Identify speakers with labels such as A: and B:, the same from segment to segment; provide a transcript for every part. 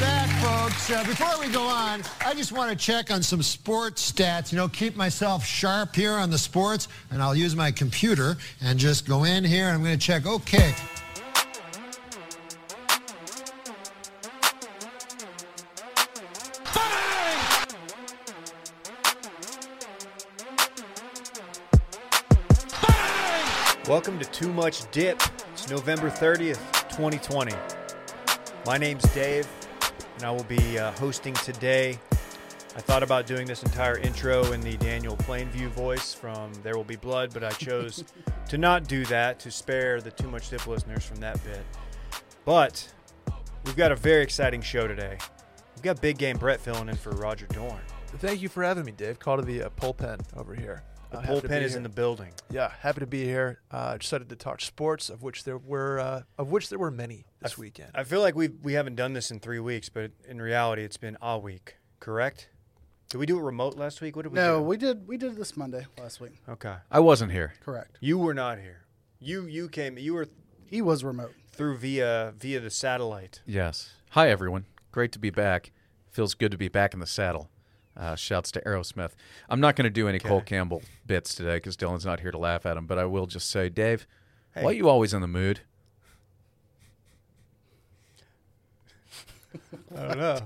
A: folks. Uh, before we go on, I just want to check on some sports stats. You know, keep myself sharp here on the sports, and I'll use my computer and just go in here. And I'm going to check. Okay.
B: Welcome to Too Much Dip. It's November 30th, 2020. My name's Dave, and I will be uh, hosting today. I thought about doing this entire intro in the Daniel Plainview voice from There Will Be Blood, but I chose to not do that to spare the Too Much Dip listeners from that bit. But we've got a very exciting show today. We've got big game Brett filling in for Roger Dorn.
C: Thank you for having me, Dave. Call to the uh, bullpen over here.
B: The
C: Uh, happy to
B: bullpen
C: be
B: is
C: here.
B: in the building.
C: Yeah, happy to be here. Uh, excited to talk sports, of which there were uh, of which there were many this weekend.
B: I feel like we we haven't done this in three weeks, but in reality, it's been a week. Correct? Did we do it remote last week? What did we
D: No,
B: do?
D: we did we did this Monday last week.
B: okay.
E: I wasn't here.
D: Correct.
B: You were not here. You you came. You were
D: He was remote.
B: through via via the satellite.
E: Yes. Hi, everyone. Great to be back. Feels good to be back in the saddle. Uh, shouts to Aerosmith. I'm not going to do any Cole Campbell bits today because Dylan's not here to laugh at him, but I will just say, Dave, why are you always in the mood?
B: I don't know.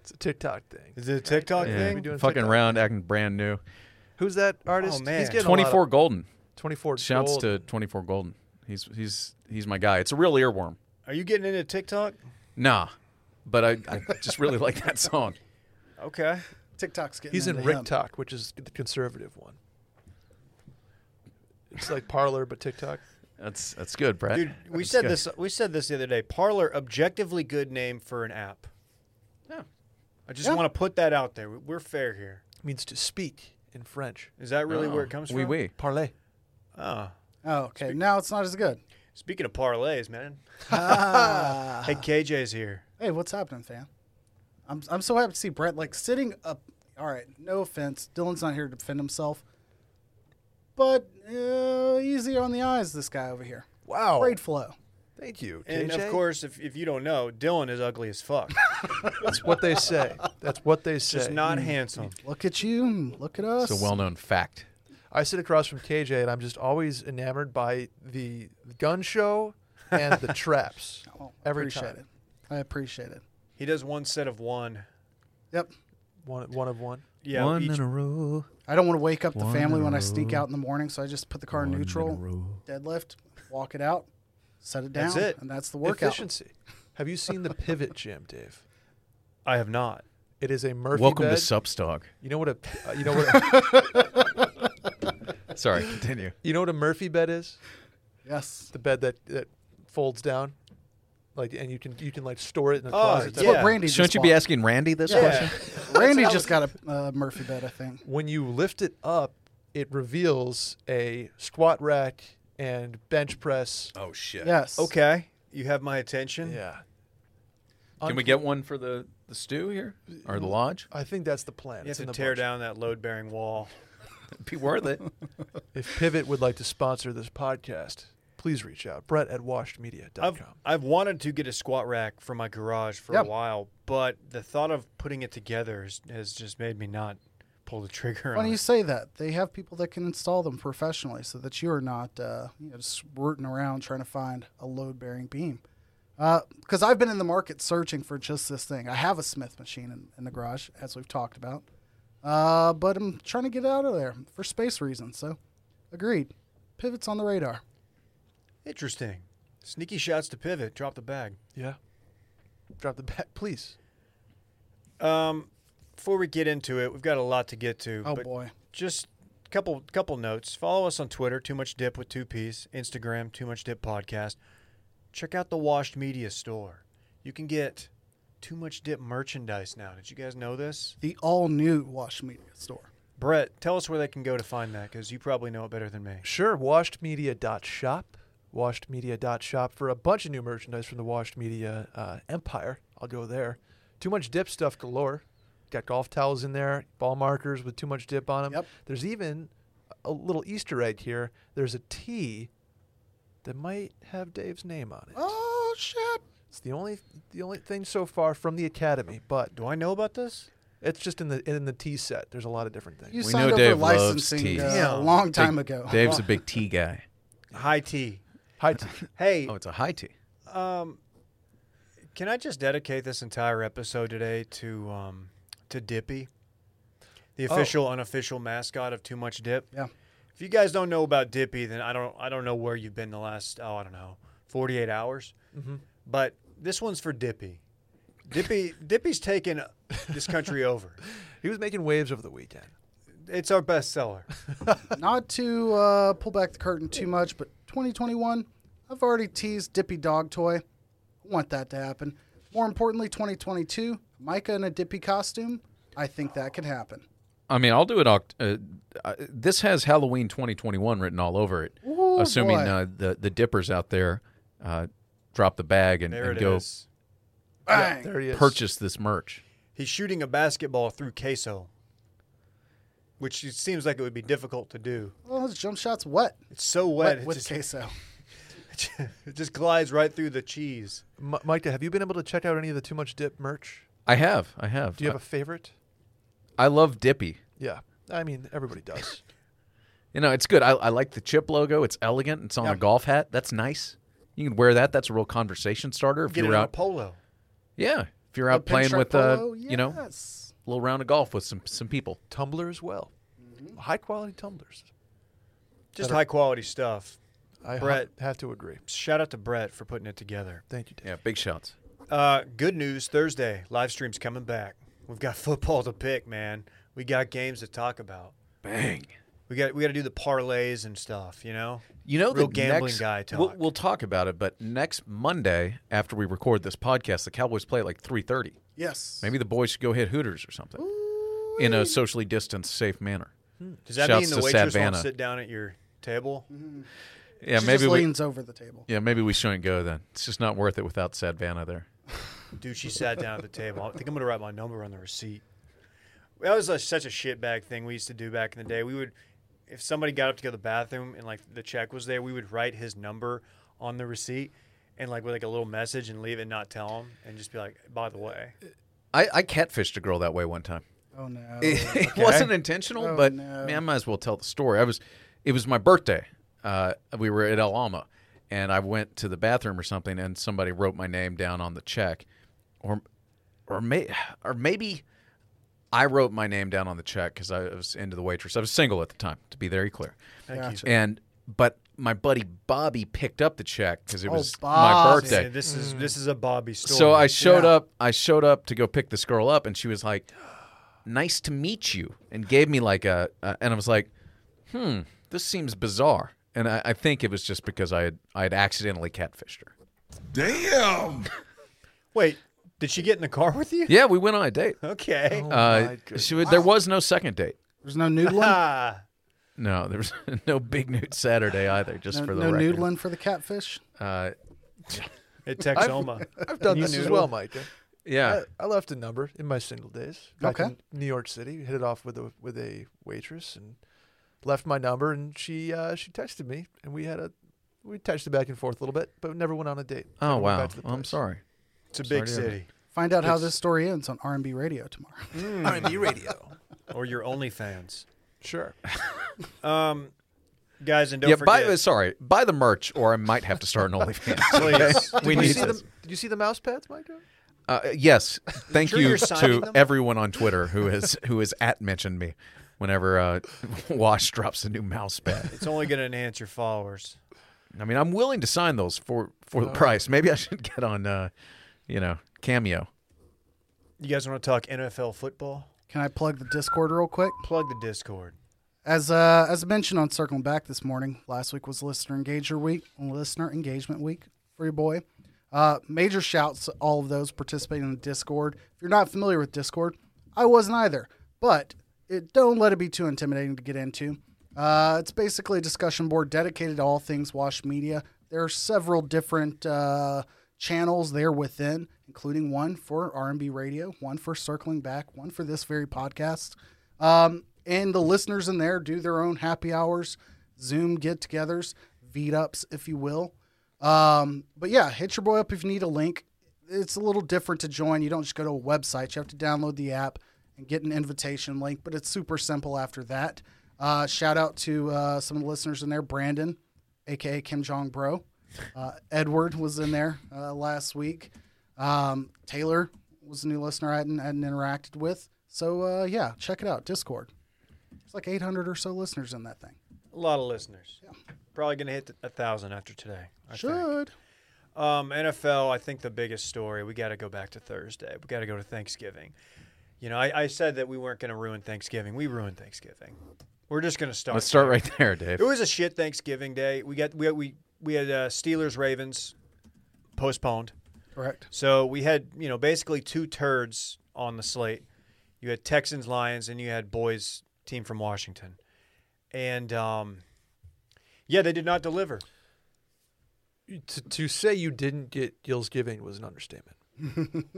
C: It's a TikTok thing.
B: Is it a TikTok
E: Yeah,
B: thing?
C: we doing
E: fucking
C: TikTok.
E: round, acting brand new.
C: Who's that artist?
B: Oh, man.
C: He's getting
E: 24
C: A lot
E: Golden.
C: of, 24
E: Shouts
C: gold.
E: to 24 Golden. He's he's he's my guy. It's a real earworm.
B: Are you getting into TikTok?
E: Nah, but I, I just really like that song.
B: Okay.
D: TikTok's getting.
C: He's in
D: into him.
C: RickTok, which is the conservative one. It's like Parlor but TikTok.
E: That's that's good, Brett.
B: Dude, we
E: That's
B: said
E: good.
B: this we said this the other day. Parlor objectively good name for an app.
E: Yeah.
B: I just want to put that out there. We're fair here.
C: It means to speak in French.
B: Is that really where it comes
E: Oh, Oui,
B: from?
E: oui.
C: Parler.
B: Oh.
D: Oh, okay. Now it's not as good.
B: Speaking of parlays, man.
C: Ah.
B: hey, KJ's here.
D: Hey, what's happening, fam? I'm I'm so happy to see Brett like sitting up. All right, no offense, Dylan's not here to defend himself, but uh, easy on the eyes. This guy over here.
C: Wow.
D: Great flow.
C: Thank you.
B: And
C: KJ.
B: of course, if, if you don't know, Dylan is ugly as fuck.
C: that's what they say. That's what they say.
B: Just not handsome.
D: Look at you. and Look at us.
E: It's a well-known fact.
C: I sit across from KJ, and I'm just always enamored by the gun show and the traps.
D: Oh, I
C: Every
D: appreciate
C: time,
D: it. I appreciate it.
B: He does one set of one.
D: Yep.
C: one one of one.
B: Yeah,
E: One
B: each-
E: in a row.
D: I don't want to wake up the
E: One
D: family
E: in
D: when
E: a
D: I sneak
E: row.
D: out in the morning, so I just put the car in neutral, deadlift, walk it out, set it down,
B: That's it.
D: and that's the workout.
C: Efficiency. Have you seen the pivot gym, Dave?
B: I have not.
C: It is a Murphy
E: Welcome
C: bed.
E: to Substock.
C: you know what a uh, you know what a,
E: Sorry, continue.
C: you know what a Murphy bed is?
D: Yes.
C: The bed that that folds down, like and you can you can like store it in a
B: Oh,
C: closet.
B: yeah.
D: Well, Randy
E: Shouldn't
D: just
E: you be
D: bought.
E: asking Randy this
B: Yeah.
E: question?
D: Randy just got a uh, Murphy bed, I think.
C: When you lift it up, it reveals a squat rack and bench press.
E: Oh shit!
D: Yes.
B: Okay. You have my attention.
C: Yeah.
E: Can we get one for the the stew here or the lodge?
C: I think that's the plan.
B: You have
C: It's in
B: to
C: the
B: tear
C: budget.
B: down that load bearing wall.
E: It'd be worth it.
C: If Pivot would like to sponsor this podcast, please reach out. Brett at washedmedia.com.
B: I've, I've wanted to get a squat rack for my garage for
D: Yeah.
B: a while, but the thought of putting it together has, has just made me not pull the trigger
D: Funny
B: on
D: you
B: it.
D: say that. They have people that can install them professionally, so that you are not, uh, you know, just rooting around trying to find a load-bearing beam. Because I've been in the market searching for just this thing. I have a Smith machine in, in the garage, as we've talked about, uh, but I'm trying to get it out of there for space reasons. So, agreed. Pivots on the radar.
B: Interesting. Sneaky shots to pivot. Drop the bag.
C: yeah. Drop the bat, please.
B: Um, before we get into it, we've got a lot to get to.
D: Oh
B: but
D: boy.
B: Just a couple couple notes. Follow us on Twitter, Too Much Dip with Two Piece, Instagram, Too Much Dip Podcast. Check out the Washed Media store. You can get Too Much Dip merchandise now. Did you guys know this?
D: The all-new Wash Media store.
B: Brett, tell us where they can go to find that because you probably know it better than me.
C: Sure. Washedmedia.shop. Washedmedia.shop for a bunch of new merchandise from the Washed Media uh, empire. I'll go there. Too much dip stuff galore. Got golf towels in there, ball markers with too much dip on them.
D: Yep.
C: There's even a little Easter egg here. There's a tea that might have Dave's name on it.
D: Oh shit.
C: It's The only the only thing so far from the academy, but
B: Do I know about this?
C: it's just in the in the tea set. There's a lot of different things.
D: You
E: We
D: signed
E: know
D: up
E: Dave
D: for
E: loves
D: licensing
E: tea.
D: uh,
B: Yeah.
D: a long time
E: Big-
D: ago.
E: Dave's a big tea guy.
B: High tea.
C: Hi, t-
B: Hey,
E: Oh, it's a high tea.
B: um, can I just dedicate this entire episode today to um, to Dippy, the
C: Oh.
B: official unofficial mascot of Too Much Dip?
D: Yeah.
B: If you guys don't know about Dippy, then I don't I don't know where you've been the last oh I don't know 48 hours. But this one's for Dippy. Dippy Dippy's taken this country over.
C: he was making waves over the weekend.
B: It's our bestseller.
D: Not to uh, pull back the curtain too much, but 2021, I've already teased Dippy Dog Toy. I want that to happen. More importantly, 2022, Micah in a Dippy costume. I think that could happen.
E: I mean, I'll do it. Oct- uh, uh, this has Halloween 2021 written all over it.
D: Ooh,
E: assuming
D: boy.
E: uh, the the dippers out there uh, drop the bag and,
B: There
E: and
B: it
E: go
B: is.
D: Bang!
C: There he is.
E: purchase this merch.
B: He's shooting a basketball through queso, which it seems like it would be difficult to do.
D: Well, his jump shot's wet.
B: It's so wet,
D: Wet
B: it,
D: with
B: just,
D: queso.
B: it just glides right through the cheese.
C: M- Micah, have you been able to check out any of the Too Much Dip merch?
E: I have, I have.
C: Do you have a favorite?
E: I I love Dippy.
C: Yeah, I mean everybody does.
E: You know, it's good. I, I like the chip logo. It's elegant. It's on a golf hat. That's nice. You can wear that. That's a real conversation starter if
B: Get it
E: you're
B: on a
E: out.
B: polo.
E: yeah, if you're
D: A
E: out playing
D: pinstripe
E: with uh,
D: polo?
E: you know, a
D: Oh, Yes.
E: little round of golf with some some people.
C: Tumblr as well, high quality tumblers.
B: Just high quality stuff.
C: I
B: Brett.
C: ha- have to agree.
B: Shout out to Brett for putting it together.
C: Thank you, Dave.
E: Yeah, big shots.
B: Uh, good news Thursday. Live stream's coming back. We've got football to pick, man. We got games to talk about.
E: Bang.
B: We got we got to do the parlays and stuff. You know.
E: You know,
B: Real
E: the
B: gambling
E: next,
B: guy
E: We'll,
B: talk.
E: we'll talk about it, but next Monday after we record this podcast, the Cowboys play at like three thirty.
D: Yes.
E: Maybe the boys should go hit Hooters or something in a socially distanced, safe manner.
B: Does that
E: Shouts
B: mean the
E: to
B: waitress
E: Savannah.
B: won't sit down at your table?
E: Yeah,
D: she
E: maybe
D: just
E: we.
D: leans over the table.
E: Yeah, maybe we shouldn't go then. It's just not worth it without Sadvana there.
B: Dude, she sat down at the table. I think I'm gonna write my number on the receipt. That was a, such a shitbag thing we used to do back in the day. We would, if somebody got up to go to the bathroom and like the check was there, we would write his number on the receipt and like with like a little message and leave it, and not tell him, and just be like, by the way,
E: I, I catfished a girl that way one time.
D: Oh no.
B: Eh.
E: It wasn't intentional,
D: Oh,
E: but
D: no.
E: man, I might as well tell the story. I was, it was my birthday. Uh, we were at El Alma, and I went to the bathroom or something, and somebody wrote my name down on the check, or, or may, or maybe. I wrote my name down on the check because I was into the waitress. I was single at the time, to be very clear.
D: Gotcha.
E: And but my buddy Bobby picked up the check because it
D: Oh,
E: was my
D: Bobby.
E: birthday.
B: Yeah, this is this is a Bobby story.
E: So I showed
D: Yeah.
E: up. I showed up to go pick this girl up, and she was like, "Nice to meet you," and gave me like a. a and I was like, "Hmm, this seems bizarre." And I, I think it was just because I had I had accidentally catfished her.
F: Damn!
B: wait, did she get in the car with you?
E: Yeah, we went on a date.
B: Okay.
C: Oh,
E: Uh,
C: my goodness.
E: she was, there was no second date.
D: There's no noodling.
B: Ah,
E: No, there was no big nude Saturday either. Just
D: No,
E: for the
D: no
E: record.
D: noodling for the catfish.
E: Uh,
B: it texts Oma.
C: I've done this as well, Micah.
E: yeah,
C: I, I left a number in my single days back
D: Okay.
C: in New York City. Hit it off with a with a waitress and left my number, and she uh, she texted me, and we had a we texted back and forth a little bit, but never went on a date.
E: Oh
C: Never went
E: wow!
C: back to the
E: Well, I'm
C: place.
E: sorry.
B: It's a big
E: Sorry to hear
B: city,
D: Find out how this story ends on R&B radio tomorrow.
B: Mm.
C: R&B radio.
B: or your OnlyFans,
C: Sure.
B: um, guys, and don't
E: yeah, buy
B: forget.
E: uh, sorry. Buy the merch, or I might have to start an
B: please.
E: OnlyFans. we
C: Did you
E: need
C: see
E: this.
C: the, Did you see the mouse pads, Micah?
E: Uh, yes, thank
B: sure
E: you,
B: you're signing
E: to
B: them?
E: everyone on Twitter who has who has at mentioned me whenever uh, Wash drops a new mouse pad.
B: It's only going to enhance your followers.
E: I mean, I'm willing to sign those for for the price. Maybe I should get on, uh, you know, Cameo.
B: You guys want to talk NFL football?
D: Can I plug the Discord real quick?
B: Plug the Discord.
D: As uh, as mentioned on circling back this morning, last week was listener engager week, listener engagement week for your boy. Uh, major shouts to all of those participating in the Discord. If you're not familiar with Discord, I wasn't either, but it don't let it be too intimidating to get into. Uh, it's basically a discussion board dedicated to all things Wash Media. There are several different uh, channels there within, including one for R&B Radio, one for Circling Back, one for this very podcast. Um, and the listeners in there do their own happy hours, Zoom get togethers, Veet ups, if you will. Um, but yeah, hit your boy up if you need a link. it's a little different to join. You don't just go to a website. You have to download the app and get an invitation link, but it's super simple after that. Uh, shout out to uh, some of the listeners in there Brandon, aka Kim Jong Bro. Uh, Edward was in there uh, last week. Um, Taylor was a new listener I hadn't, hadn't interacted with. So, uh, yeah, check it out Discord. It's like 800 or so listeners in that thing.
B: A lot of listeners. Probably going to hit a thousand after today. I think.
D: Should.
B: Um, NFL, I think the biggest story, we got to go back to Thursday. We got to go to Thanksgiving. You know, I, I said that we weren't going to ruin Thanksgiving. We ruined Thanksgiving. We're just going to start.
E: Let's start
B: there.
E: right there, Dave.
B: It was a shit Thanksgiving day. We got we we we had uh, Steelers Ravens postponed.
D: Correct.
B: So we had you know basically two turds on the slate. You had Texans Lions and you had boys team from Washington, and um, yeah, they did not deliver.
C: To, to say you didn't get Gillsgiving was an understatement.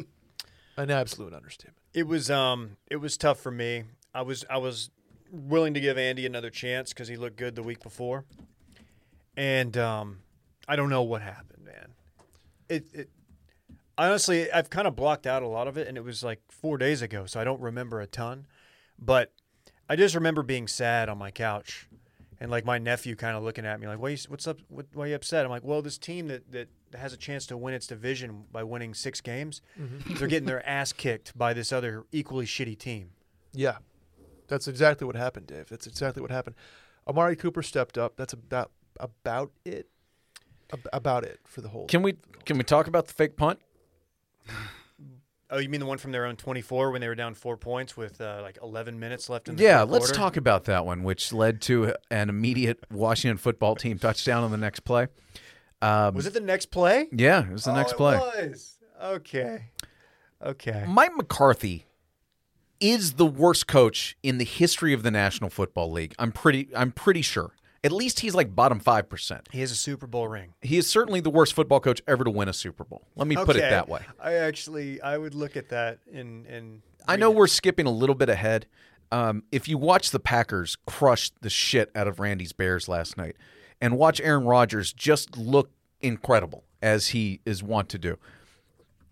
C: an absolute understatement.
B: It was um it was tough for me. I was I was willing to give Andy another chance because he looked good the week before, and um, I don't know what happened, man. It it honestly I've kind of blocked out a lot of it, and it was like four days ago, so I don't remember a ton, but I just remember being sad on my couch. And like my nephew, kind of looking at me, like, "Why? You, s- what's up? What, why are you upset?" I'm like, "Well, this team that, that has a chance to win its division by winning six games,
E: Mm-hmm.
B: they're getting their ass kicked by this other equally shitty team."
C: Yeah, that's exactly what happened, Dave. That's exactly what happened. Amari Cooper stepped up. That's about about it. Ab- about it for the whole.
E: Can we can we talk about the fake punt?
B: Oh, you mean the one from their own 24 when they were down four points with uh, like 11 minutes left in the
E: Yeah,
B: third
E: let's
B: quarter?
E: talk about that one, which led to an immediate Washington football team touchdown on the next play. Um,
B: Was it the next play? Oh,
E: yeah, Oh, it was the next play.
B: Okay. Okay.
E: Mike McCarthy is the worst coach in the history of the National Football League. I'm pretty I'm pretty sure. At least he's like bottom 5%.
B: He has a Super Bowl ring.
E: He is certainly the worst football coach ever to win a Super Bowl. Let me put it
B: Okay.
E: that way.
B: I actually I would look at that in in
E: I know we're skipping a little bit ahead. Um, if you watch the Packers crush the shit out of Randy's Bears last night, and watch Aaron Rodgers just look incredible as he is wont to do,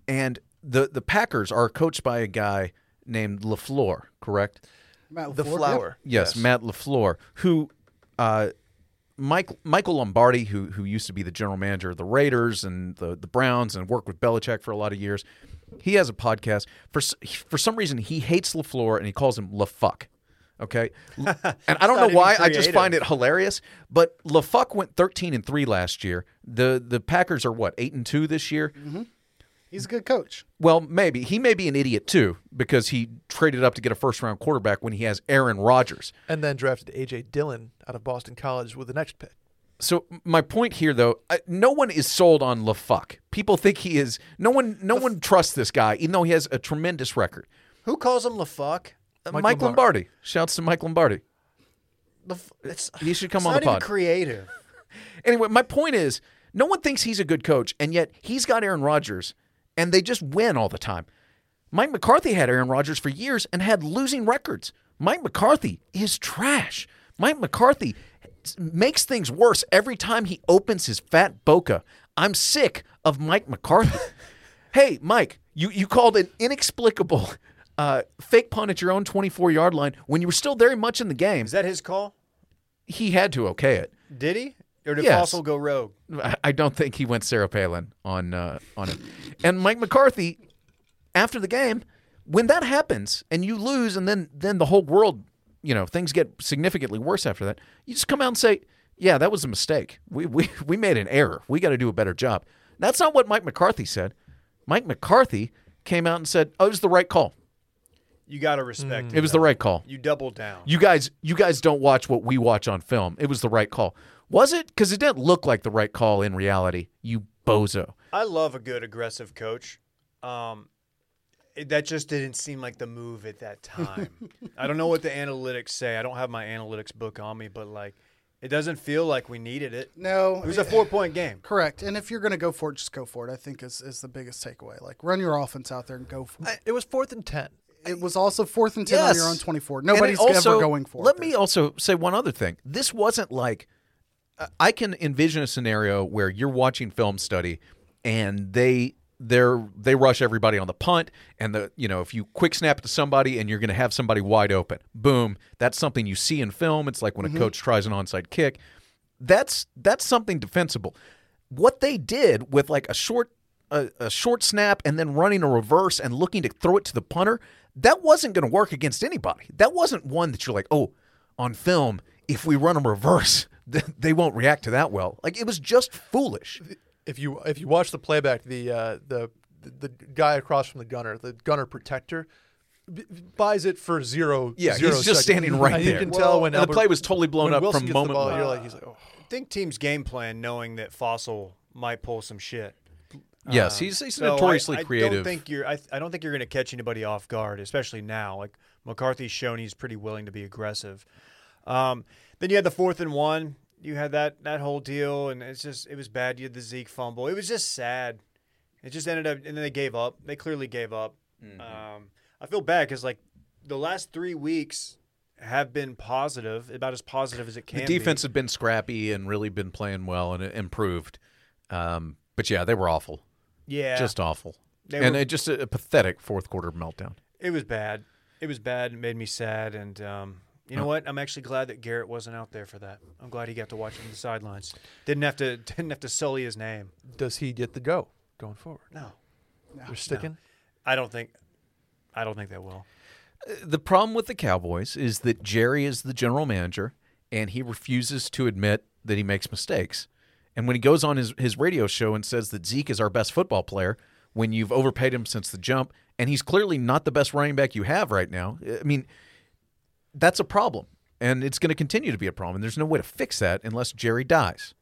E: and the the Packers are coached by a guy named Lafleur, correct?
D: Matt
C: the
D: LaFleur, yep.
C: flower?
E: Yes, Matt Lafleur, who uh, Mike Michael Lombardi, who who used to be the general manager of the Raiders and the the Browns and worked with Belichick for a lot of years. He has a podcast. For s- for some reason, he hates Lafleur and he calls him LaFuck. Okay, and I don't
B: not
E: know why.
B: even
E: I just
B: creative.
E: find it hilarious. But LaFuck went thirteen and three last year. The the Packers are what eight and two this year.
B: Mm-hmm.
D: He's a good coach.
E: Well, maybe he may be an idiot too because he traded up to get a first round quarterback when he has Aaron Rodgers.
C: And then drafted AJ Dillon out of Boston College with the next pick.
E: So my point here, though, I, no one is sold on LaFuck. People think he is. No one, no one trusts this guy, even though he has a tremendous record.
B: Who calls him LaFuck?
E: Uh,
C: Mike
E: Mike,
C: Lombardi.
E: Lombardi. Shouts to Mike Lombardi.
B: Laf- It's,
E: He should come
B: it's
E: on
B: not
E: the
B: even
E: pod.
B: creative.
E: Anyway, my point is, no one thinks he's a good coach, and yet he's got Aaron Rodgers, and they just win all the time. Mike McCarthy had Aaron Rodgers for years and had losing records. Mike McCarthy is trash. Mike McCarthy makes things worse every time he opens his fat boca. I'm sick of Mike McCarthy. hey, Mike, you, you called an inexplicable uh, fake punt at your own 24 yard line when you were still very much in the game.
B: Is that his call?
E: He had to okay it.
B: Did he? Or did
E: Yes.
B: Fossil go rogue?
E: I- I don't think he went Sarah Palin on uh, on it. And Mike McCarthy, after the game, when that happens and you lose, and then then the whole world, you know, things get significantly worse after that. You just come out and say, "Yeah, that was a mistake. We we we made an error. We got to do a better job." That's not what Mike McCarthy said. Mike McCarthy came out and said, "Oh, it was the right call.
B: You got to respect
E: Mm. It was the right call.
B: You double down.
E: You guys, you guys don't watch what we watch on film. It was the right call, was it? Because it didn't look like the right call in reality. You bozo."
B: I love a good aggressive coach. Um, it, that just didn't seem like the move at that time. I don't know what the analytics say. I don't have my analytics book on me, but like, it doesn't feel like we needed it.
D: No. eh,
B: It was a four point game.
D: Correct. And if you're going to go for it, just go for it, I think is, is the biggest takeaway. Like, run your offense out there and go for it.
C: It was fourth and ten.
D: it was also fourth and 10 on your own 24.
E: And it
D: Nobody's
E: also-
D: ever going for
E: Let
D: it.
E: me also say one other thing. This wasn't like I- I can envision a scenario where you're watching film study and they they're they rush everybody on the punt and the you know if you quick snap it to somebody and you're going to have somebody wide open boom that's something you see in film it's like when a coach tries an onside kick that's that's something defensible what they did with like a short a, a short snap and then running a reverse and looking to throw it to the punter that wasn't going to work against anybody that wasn't one that you're like oh on film if we run a reverse they won't react to that well like it was just foolish
C: if you if you watch the playback, the uh, the the guy across from the gunner, the gunner protector, b- buys it for zero.
E: Yeah,
C: zero
E: he's just
C: seconds.
E: standing right
C: And You
E: there.
C: can
E: Well,
C: tell when
E: and the
C: Albert-
E: play was totally blown
C: when
E: up
C: Wilson
E: from
C: gets
E: moment
C: The ball,
E: one.
C: You're like, he's like, oh.
B: I think teams game plan knowing that Fossil might pull some shit.
E: Yes, he's, he's
B: Uh, So I-
E: notoriously
B: I,
E: creative.
B: Don't think you're, I, I don't think you're going to catch anybody off guard, especially now. Like McCarthy's shown he's pretty willing to be aggressive. Um, then you had the fourth and one. You had that that whole deal, and it's just it was bad. You had the Zeke fumble. It was just sad. It just ended up, and then they gave up. They clearly gave up. Um, I feel bad because like the last three weeks have been positive, about as positive as it can.
E: the
B: be.
E: defense had been scrappy and really been playing well and it improved. Um, but yeah, they were awful,
B: yeah,
E: just awful,
B: They
E: and
B: were-
E: it just a, a pathetic fourth quarter meltdown.
B: It was bad. It was bad. It made me sad. And um, you know
E: Oh.
B: what? I'm actually glad that Garrett wasn't out there for that. I'm glad he got to watch it from the sidelines. Didn't have to. Didn't have to sully his name.
C: does he get the go going forward?
B: No,
C: They're sticking.
B: I don't think. I don't think they will.
E: The problem with the Cowboys is that Jerry is the general manager and he refuses to admit that he makes mistakes. And when he goes on his, his radio show and says that Zeke is our best football player, when you've overpaid him since the jump, and he's clearly not the best running back you have right now, I mean, that's a problem. And it's going to continue to be a problem. And there's no way to fix that unless Jerry dies,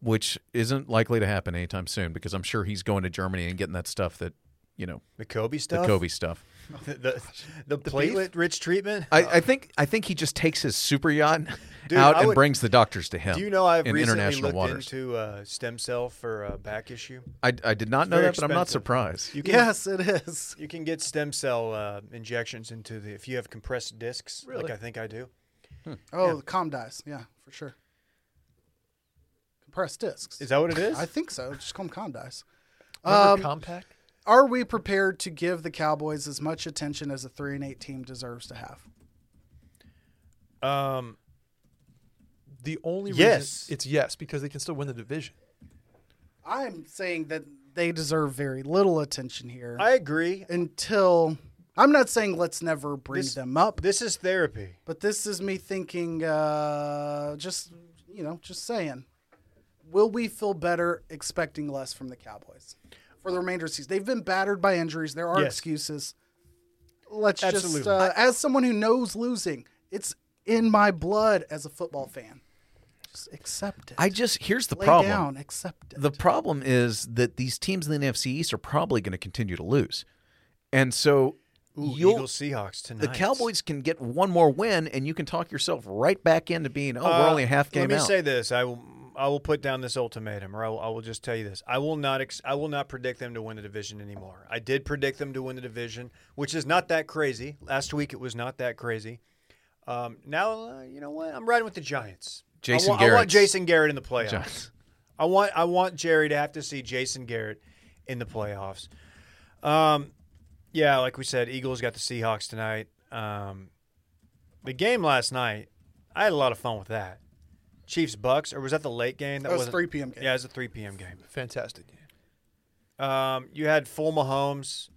E: which isn't likely to happen anytime soon because I'm sure he's going to Germany and getting that stuff that, you know,
B: The Kobe
E: the
B: stuff.
E: Kobe stuff.
B: The the, the platelet rich treatment.
E: I, I think I think he just takes his super yacht
B: Uh, Dude,
E: out
B: I
E: and
B: would-
E: brings the doctors to him.
B: Do you know I've
E: in
B: recently
E: international
B: looked
E: waters.
B: into uh, stem cell for uh, back issue?
E: I, I did not know that,
B: very
E: but I'm not
B: expensive.
E: surprised.
B: You can
D: Yes, it is.
B: you can get stem cell uh, injections into the if you have compressed discs, like I think I do.
D: Oh, the com dies. Yeah, for sure. Compressed discs.
B: Is that what it is?
D: I think so. Just call them com dies.
C: Remember
B: Um,
C: compact.
D: Are we prepared to give the Cowboys as much attention as a three and eight team deserves to have?
B: um,
C: The only
B: Yes.
C: reason it's yes because they can still win the division.
D: I'm saying that they deserve very little attention here
B: I agree.
D: until I'm not saying let's never bring
B: This-
D: them up,
B: This is therapy.
D: but this is me thinking uh, just you know, just saying. Will we feel better expecting less from the Cowboys for the remainder of the season? They've been battered by injuries. There are
B: Yes.
D: excuses. Let's just,
B: Absolutely.
D: uh, as someone who knows losing, it's in my blood as a football fan. Just accept it.
E: I just here's the
D: Lay
E: problem.
D: down, accept it.
E: The problem is that these teams in the NFC East are probably going to continue to lose, and so
B: Ooh,
E: you'll-
B: Eagles Seahawks tonight.
E: the Cowboys can get one more win, and you can talk yourself right back into being oh we're
B: Uh,
E: only a half game
B: Let me
E: out.
B: say this: I will, I will put down this ultimatum, or I will, I will just tell you this: I will not, ex- I will not predict them to win the division anymore. I did predict them to win the division, which is not that crazy. Last week it was not that crazy. Um, now uh, you know what? I'm riding with the Giants.
E: Jason
B: I, wa- I want
E: Garrett's-
B: Jason Garrett in the playoffs.
E: Giants.
B: I want, I want Jerry to have to see Jason Garrett in the playoffs. Um, yeah, like we said, Eagles got the Seahawks tonight. Um, the game last night, I had a lot of fun with that. Chiefs Bucks, or was that the late game? That
D: That was
B: wasn't-
D: 3 p.m. game.
B: Yeah, it was a 3 p.m. game.
C: Fantastic. game.
B: Um, you had full Mahomes.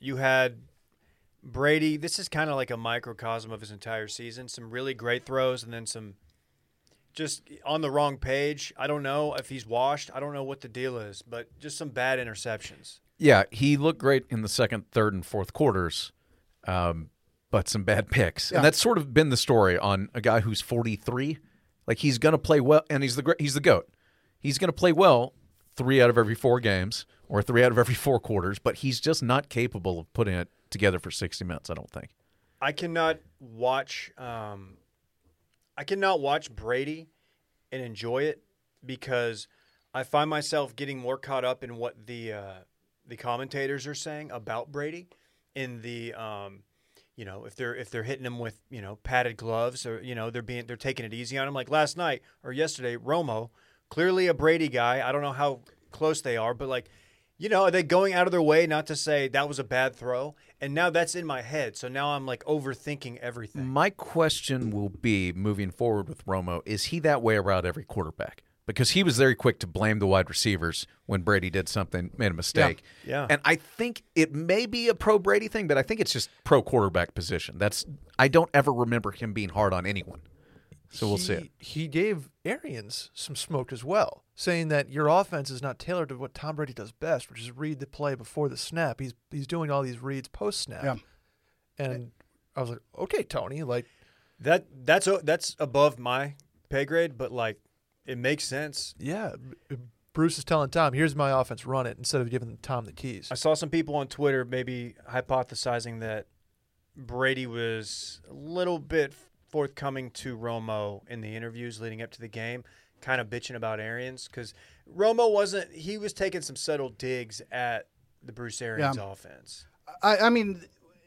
B: You had Brady. This is kind of like a microcosm of his entire season. Some really great throws, and then some just on the wrong page. I don't know if he's washed. I don't know what the deal is, but just some bad interceptions.
E: Yeah, he looked great in the second, third, and fourth quarters, um, but some bad picks. And that's sort of been the story on a guy who's 43. Like he's going to play well, and he's the gre- he's the goat. He's going to play well three out of every four games or three out of every four quarters, but he's just not capable of putting it together for 60 minutes. I don't think.
B: I cannot watch. Um, I cannot watch Brady and enjoy it because I find myself getting more caught up in what the uh, the commentators are saying about Brady in the um, you know if they're if they're hitting him with you know padded gloves or you know they're being they're taking it easy on him like last night or yesterday Romo clearly a Brady guy I don't know how close they are but like You know, are they going out of their way not to say that was a bad throw? And now that's in my head. So now I'm like overthinking everything.
E: My question will be moving forward with Romo is he that way around every quarterback? Because he was very quick to blame the wide receivers when Brady did something, made a mistake.
B: Yeah.
E: And I think it may be a pro Brady thing, but I think it's just pro quarterback position. That's I don't ever remember him being hard on anyone. So we'll see. It.
C: He- He gave Arians some smoke as well, saying that your offense is not tailored to what Tom Brady does best, which is read the play before the snap. He's he's doing all these reads post snap.
D: Yeah.
C: And I was like, okay, Tony, like
B: That that's o- that's above my pay grade, but like it makes sense.
C: yeah, B- Bruce is telling Tom, here's my offense, run it instead of giving Tom the keys.
B: I saw some people on Twitter maybe hypothesizing that Brady was a little bit forthcoming to Romo in the interviews leading up to the game, kind of bitching about Arians because Romo wasn't. He was taking some subtle digs at the Bruce Arians
D: Yeah.
B: offense.
D: I, I mean,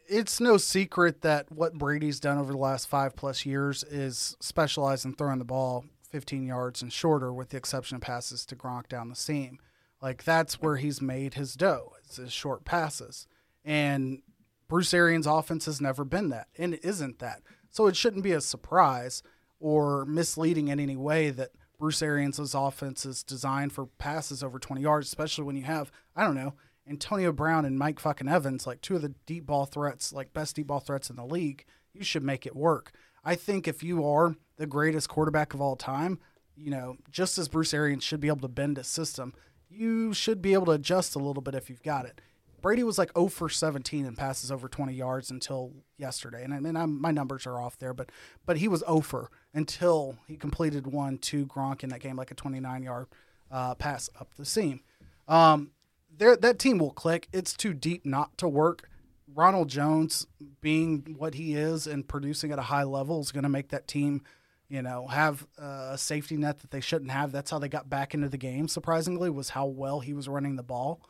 D: it's no secret that what Brady's done over the last five plus years is specialize in throwing the ball 15 yards and shorter, with the exception of passes to Gronk down the seam. Like that's where he's made his dough. It's his short passes, and Bruce Arians' offense has never been that, and it isn't that. So it shouldn't be a surprise or misleading in any way that Bruce Arians' offense is designed for passes over 20 yards, especially when you have, I don't know, Antonio Brown and Mike fucking Evans, like two of the deep ball threats, like best deep ball threats in the league. You should make it work. I think if you are the greatest quarterback of all time, you know, just as Bruce Arians should be able to bend his system, you should be able to adjust a little bit if you've got it. Brady was like 0 for 17 and passes over 20 yards until yesterday. And I mean, I'm, my numbers are off there, but but he was 0 for until he completed one to Gronk in that game, like a 29 yard uh, pass up the seam. Um, there, that team will click. It's too deep not to work. Ronald Jones being what he is and producing at a high level is going to make that team, you know, have uh, a safety net that they shouldn't have. That's how they got back into the game. Surprisingly, was how well he was running the ball.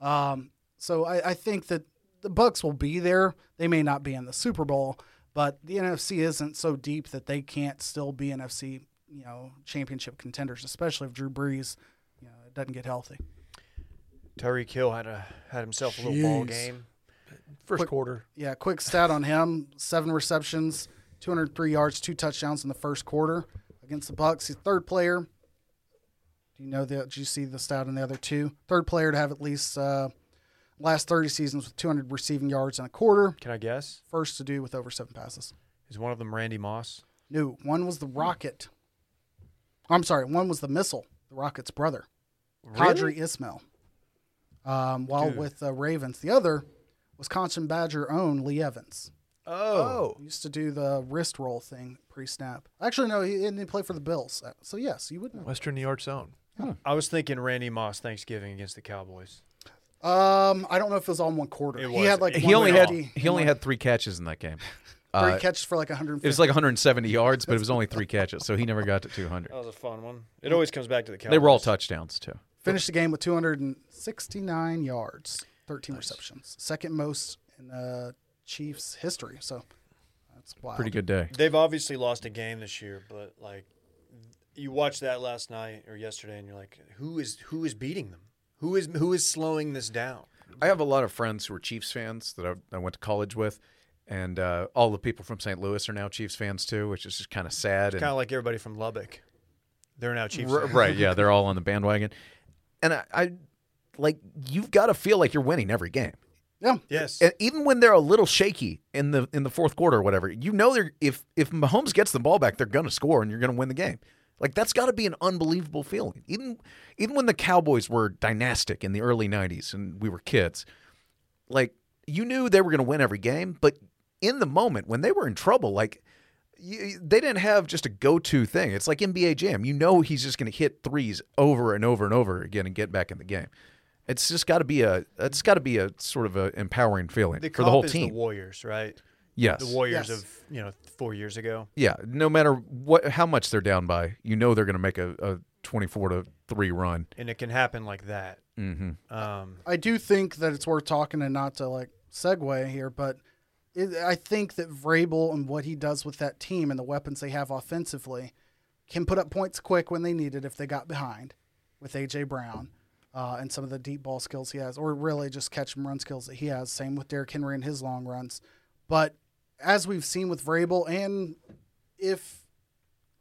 D: Um, so I, I think that the Bucks will be there. They may not be in the Super Bowl, but the NFC isn't so deep that they can't still be NFC, you know, championship contenders, especially if Drew Brees, you know, doesn't get healthy.
B: Tyreek Hill had a had himself a little ball
D: Jeez.
B: game.
C: First quarter.
D: Yeah, quick stat on him: seven receptions, 203 yards, two touchdowns in the first quarter against the Bucks. He's third player. Do you know the? Do you see the stat on the other two? Third player to have at least uh, last 30 seasons with 200 receiving yards in a quarter.
B: Can I guess?
D: First to do with over seven passes.
B: Is one of them Randy Moss?
D: No, one was the rocket. I'm sorry, one was the missile. The rocket's brother, Kadri Ismail. Um, while
B: Dude.
D: with the Ravens, the other Wisconsin Badger own Lee Evans.
B: Oh,
D: He used to do the wrist roll thing pre-snap. Actually, no, he didn't play for the Bills. Uh, So yes, you would know.
C: Western New York zone.
B: I was thinking Randy Moss Thanksgiving against the Cowboys.
D: Um, I don't know if it was all in one quarter.
B: It
D: He had
B: wasn't.
D: like
E: He only had
D: 150,
E: he only had three catches in that game.
D: three
E: Uh,
D: catches for like 150.
E: it was like 170 yards, but it was only three catches, so he never got to 200.
B: That was a fun one. It always comes back to the Cowboys.
E: Mm. They were all touchdowns too.
D: finished the game with 269 yards, 13 receptions, second most in the Chiefs' history. So that's wild.
E: Pretty good day.
B: They've obviously lost a game this year, but like you watched that last night or yesterday, and you're like, who is who is beating them? Who is who is slowing this down?
E: I have a lot of friends who are Chiefs fans that I, I went to college with, and uh, all the people from St. Louis are now Chiefs fans too, which is just kind of sad. and-
B: Kind of like everybody from Lubbock. They're now Chiefs.
E: R-
B: fans.
E: right? Yeah, they're all on the bandwagon, and I, I like you've got to feel like you're winning every game,
D: Yeah.
B: Yes.
E: and even when they're a little shaky in the in the fourth quarter or whatever. You know, they're if if Mahomes gets the ball back, they're going to score and you're going to win the game. Like that's got to be an unbelievable feeling. Even even when the Cowboys were dynastic in the early '90s and we were kids, like you knew they were going to win every game, but in the moment when they were in trouble, like you, they didn't have just a go-to thing. It's like NBA Jam. You know he's just going to hit threes over and over and over again and get back in the game. It's just got to be a it's got to be a sort of a empowering feeling
B: The
E: for the whole
B: comp is
E: team.
B: the Warriors, right?
E: yes.
B: The Warriors
D: Yes.
B: of you know four years ago.
E: yeah, no matter what how much they're down by, you know they're going to make a, a 24 to 3 run.
B: and it can happen like that. Mm-hmm. Um,
D: I do think that it's worth talking and not to like segue here, but it, I think that Vrabel and what he does with that team and the weapons they have offensively can put up points quick when they need it if they got behind with AJ Brown. uh, and some of the deep ball skills he has, or really just catch and run skills that he has. Same with Derrick Henry and his long runs. But as we've seen with Vrabel, and if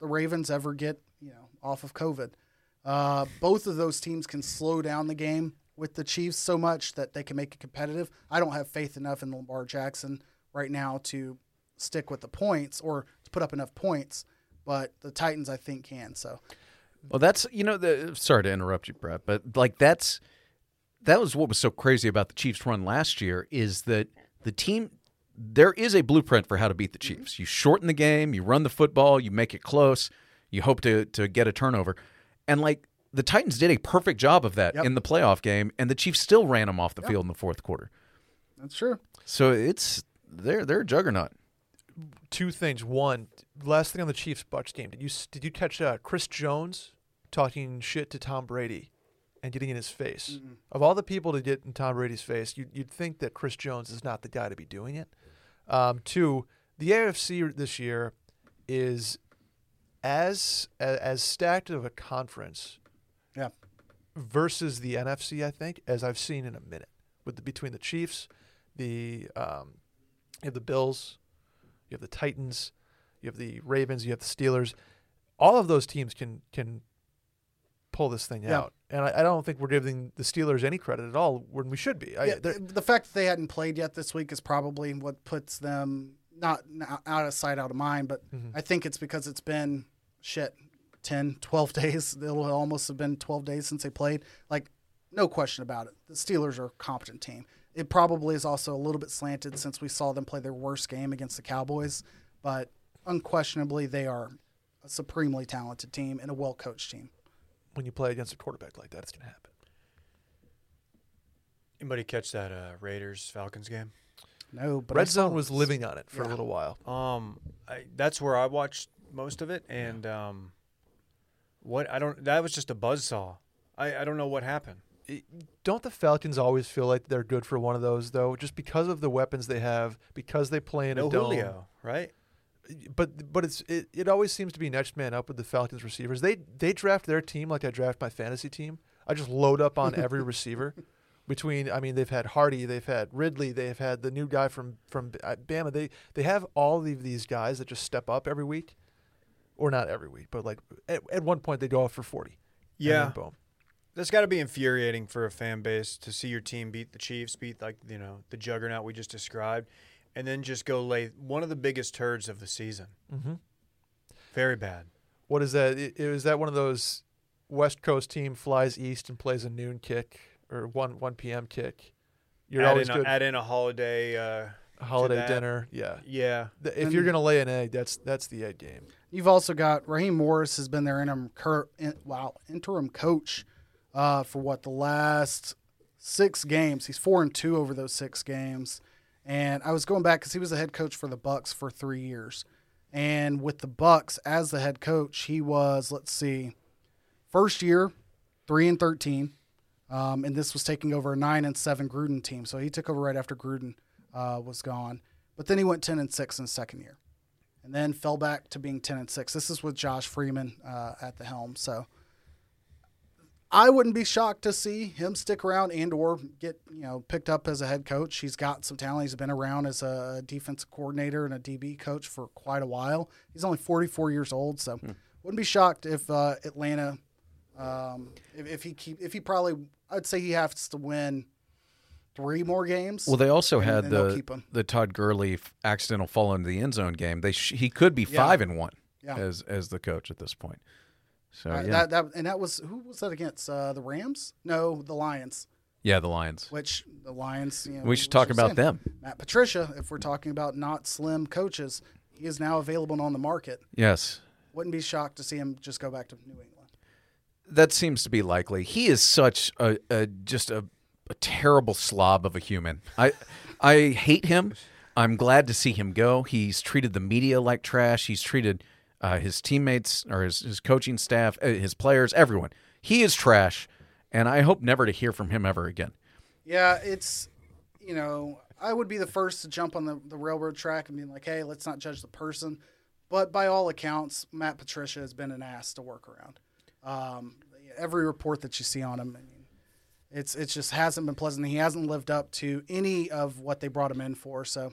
D: the Ravens ever get you know off of COVID, uh, both of those teams can slow down the game with the Chiefs so much that they can make it competitive. I don't have faith enough in Lamar Jackson right now to stick with the points or to put up enough points, but the Titans I think can. So
E: Well, that's you know the sorry to interrupt you, Brett, but like that's that was what was so crazy about the Chiefs' run last year is that the team there is a blueprint for how to beat the Chiefs. You shorten the game, you run the football, you make it close, you hope to to get a turnover, and like the Titans did a perfect job of that
D: Yep.
E: in the playoff game, and the Chiefs still ran them off the field in the fourth quarter.
D: that's true.
E: So it's they're they're a juggernaut.
C: Two things. One, last thing on the Chiefs Bucks game. Did you s- did you catch uh, Chris Jones talking shit to Tom Brady and getting in his face? Of all the people to get in Tom Brady's face, you, you'd think that Chris Jones is not the guy to be doing it. Um, two, the AFC this year is as as, as stacked of a conference
D: Yeah.
C: versus the NFC, I think, as I've seen in a minute, with the, between the Chiefs, the um, you have the Bills, you have the Titans, you have the Ravens, you have the Steelers. All of those teams can can pull this thing
D: Yeah.
C: out, and I, I don't think we're giving the Steelers any credit at all when we should be. I,
D: Yeah,
C: they're-
D: the fact that they hadn't played yet this week is probably what puts them not, not out of sight, out of mind. But
C: Mm-hmm.
D: I think it's because it's been shit 10, 12 days. It'll almost have been 12 days since they played. Like, no question about it. The Steelers are a competent team. It probably is also a little bit slanted since we saw them play their worst game against the Cowboys. But unquestionably, they are a supremely talented team and a well coached team.
C: when you play against a quarterback like that, it's going to happen.
B: Anybody catch that uh, Raiders Falcons game?
D: No, but I
C: Red
D: saw-
C: Zone was living on it for a little while.
B: Um, I, that's where I watched most of it, and um, what I don't that was just a buzzsaw. I, I don't know what happened.
C: Don't the Falcons always feel like they're good for one of those though, just because of the weapons they have, because they play in
B: No
C: a dome?
B: Julio, right?
C: But but it's it, it always seems to be next man up with the Falcons receivers. They they draft their team like I draft my fantasy team. I just load up on every receiver. Between I mean they've had Hardy, they've had Ridley, they've had the new guy from from B- uh, Bama. They they have all of these guys that just step up every week, or not every week, but like at, at one point they go off for forty. And then
B: Yeah.
C: boom.
B: That's got to be infuriating for a fan base to see your team beat the Chiefs, beat like you know the juggernaut we just described, and then just go lay one of the biggest turds of the season. Mm-hmm. Very bad.
C: what is that? I- Is that one of those West Coast team flies east and plays a noon kick or one one p.m. kick? You're
B: add,
C: always
B: in a,
C: good.
B: add in a holiday. Uh, to
C: holiday
B: that.
C: dinner, yeah.
B: Yeah.
C: Th- If you're gonna lay an egg, that's that's the egg game.
D: You've also got Raheem Morris has been their interim cur- in, wow interim coach uh, for what the last six games. He's four and two over those six games. And I was going back because he was the head coach for the Bucks for three years, and with the Bucks as the head coach, he was let's see, first year three and thirteen, um, and this was taking over a nine and seven Gruden team. So he took over right after Gruden uh, was gone. But then he went ten and six in his second year and then fell back to being 10 and 6. This is with Josh Freeman uh, at the helm. So I wouldn't be shocked to see him stick around and or get, you know, picked up as a head coach. He's got some talent. He's been around as a defensive coordinator and a DB coach for quite a while. He's only 44 years old, so
E: Hmm.
D: wouldn't be shocked if uh, Atlanta um, if, if he keep if he probably I'd say he has to win three more games.
E: Well, they also
D: And-
E: had
D: and they'll
E: the
D: keep 'em.
E: the Todd Gurley f- accidental fall into the end zone game. They sh- he could be five and one
D: Yeah.
E: as as the coach at this point. So
D: Uh,
E: yeah,
D: that, that and that was who was that against uh, the Rams? No, the Lions.
E: yeah, the Lions.
D: Which the Lions. You know,
E: We should
D: were
E: talk
D: just
E: about
D: saying.
E: them.
D: Matt Patricia, if we're talking about not slim coaches, he is now available and on the market.
E: Yes,
D: Wouldn't be shocked to see him just go back to New England.
E: that seems to be likely. He is such a, a just a, a terrible slob of a human. I I hate him. I'm glad to see him go. He's treated the media like trash. He's treated uh, his teammates or his, his coaching staff, uh, his players, everyone. He is trash, and I hope never to hear from him ever again.
D: Yeah, it's you know, I would be the first to jump on the, the railroad track and be like, hey, let's not judge the person. But by all accounts, Matt Patricia has been an ass to work around. Um, every report that you see on him, I mean, It's it just hasn't been pleasant. He hasn't lived up to any of what they brought him in for. So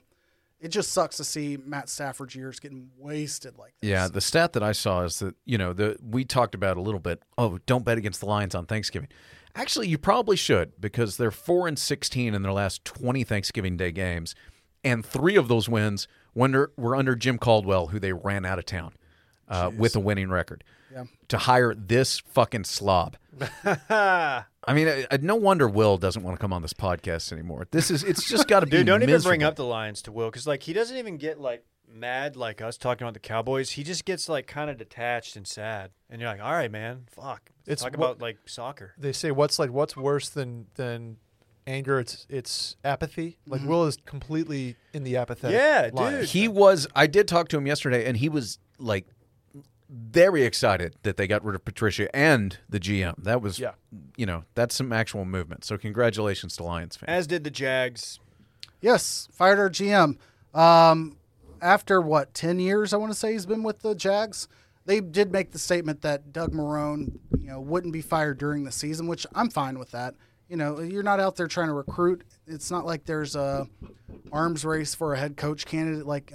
D: it just sucks to see Matt Stafford's years getting wasted like this.
E: Yeah, the stat that I saw is that you know the we talked about a little bit. Oh, don't bet against the Lions on Thanksgiving. Actually, you probably should because they're four and sixteen in their last twenty Thanksgiving Day games, and three of those wins wonder, were under Jim Caldwell, who they ran out of town uh, with a winning record.
D: Yeah.
E: To hire this fucking slob. I mean, I, I, no wonder Will doesn't want to come on this podcast anymore. This is it's just got to be
B: Dude, don't even bring
E: miserable.
B: up the Lions to Will because like he doesn't even get like mad like us talking about the Cowboys. He just gets like kind of detached and sad, and you're like, all right, man, fuck. Let's
C: It's
B: talk
C: what-
B: about like soccer.
C: They say what's like what's worse than than anger? It's it's apathy. Like Will is completely in the apathetic.
B: Mm-hmm. Yeah,
C: line.
B: dude.
E: He was. I did talk to him yesterday, and he was like very excited that they got rid of Patricia and the GM. That was,
C: Yeah.
E: you know, that's some actual movement. So congratulations to Lions fans.
B: As did the Jags.
D: Yes, fired our GM. Um, after what ten years, I want to say he's been with the Jags. They did make the statement that Doug Marone, you know, wouldn't be fired during the season, which I'm fine with that. You know, you're not out there trying to recruit. It's not like there's a arms race for a head coach candidate. Like,